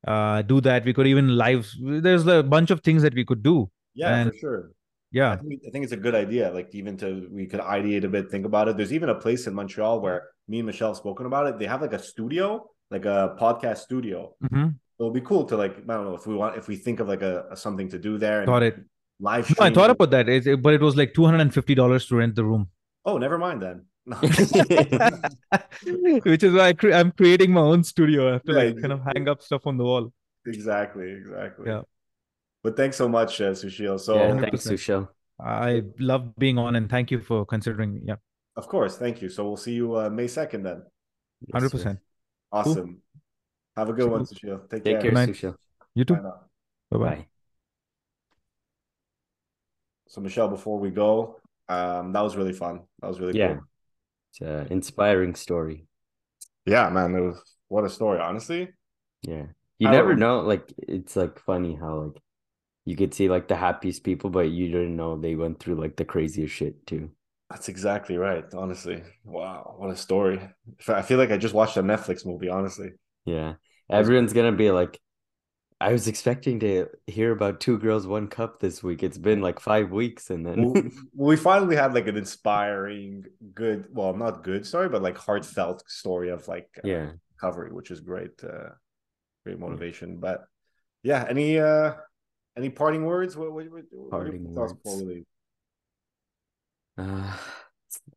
S3: uh, do that. We could even live. There's a bunch of things that we could do.
S1: Yeah, for
S3: and-
S1: sure. I
S3: Yeah.
S1: think, I think it's a good idea. Like even to we could ideate a bit, think about it. There's even a place in Montreal where me and Michelle have spoken about it. They have like a studio, like a podcast studio.
S3: hmm
S1: So it'll be cool to like I don't know if we want if we think of like a, a something to do there. and
S3: Got it.
S1: Live
S3: No, I
S1: stream.
S3: thought about that, it, it- but it was like two hundred and fifty dollars to rent the room,
S1: Oh, never mind then. No.
S3: which is why I cre- I'm creating my own studio. I have to
S1: Yeah,
S3: like kind of hang up stuff on the wall.
S1: exactly, exactly.
S3: Yeah.
S1: But thanks so much, uh, Sushil. So
S2: yeah, thanks,
S3: 100%.
S2: Sushil.
S3: I love being on, and thank you for considering me. Yeah,
S1: of course, thank you. So we'll see you uh, May second then.
S2: Yes,
S3: hundred
S2: sir.
S3: percent.
S1: Awesome. Have a good
S3: Cool.
S1: one, Sushil. Take,
S2: Take
S1: care.
S2: care,
S3: night.
S2: Sushil.
S3: You
S1: Bye
S3: too.
S1: now.
S3: Bye bye.
S2: Bye.
S1: So Michelle, before we go, um, that was really fun. That was really
S2: Yeah.
S1: cool.
S2: It's an inspiring story.
S1: Yeah, man. It was what a story, honestly.
S2: Yeah. You
S1: I
S2: never
S1: would-
S2: know. Like, it's like funny how, like, you could see like the happiest people, but you didn't know they went through like the craziest shit too.
S1: That's exactly right. Honestly, wow, what a story. In fact, I feel like I just watched a Netflix movie. Honestly,
S2: Yeah. Everyone's gonna be like, I was expecting to hear about two girls, one cup this week. It's been like five weeks, and
S1: we,
S2: then
S1: we finally had like an inspiring, good, well, not good story, but like heartfelt story of like uh,
S2: yeah.
S1: recovery, which is great, uh, great motivation. But yeah, any uh, any parting words? What, what, what, what are your
S2: Parting
S1: thoughts before
S2: words.
S1: we leave?
S2: Uh,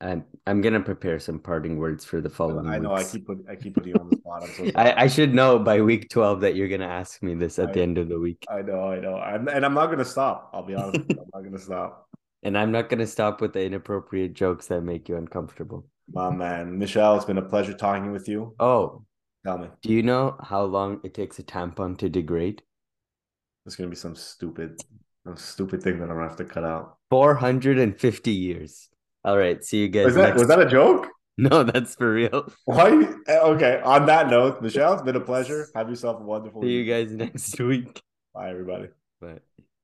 S2: I'm I'm gonna prepare some parting words for the following.
S1: I know I
S2: weeks.
S1: keep put, I keep putting you on the spot. I'm so sorry.
S2: I, I should know by week 12 that you're going to ask me this at
S1: I-
S2: the end of the week.
S1: I know, I know. I'm, and I'm not going to stop. I'll be honest. with you. I'm not going to stop.
S2: And I'm not going to stop with the inappropriate jokes that make you uncomfortable.
S1: My man, Michelle, it's been a pleasure talking with you.
S2: Oh,
S1: Tell me.
S2: Do you know how long it takes a tampon to degrade?
S1: There's gonna be some stupid, some stupid thing that I'm gonna have to cut out.
S2: 450 years. All right. See you guys.
S1: Was that
S2: next-
S1: was that a joke?
S2: No, that's for real.
S1: Why? Okay. On that note, Michelle, it's been a pleasure. Have yourself a wonderful.
S2: See you
S1: evening.
S2: guys next week.
S1: Bye, everybody.
S2: But.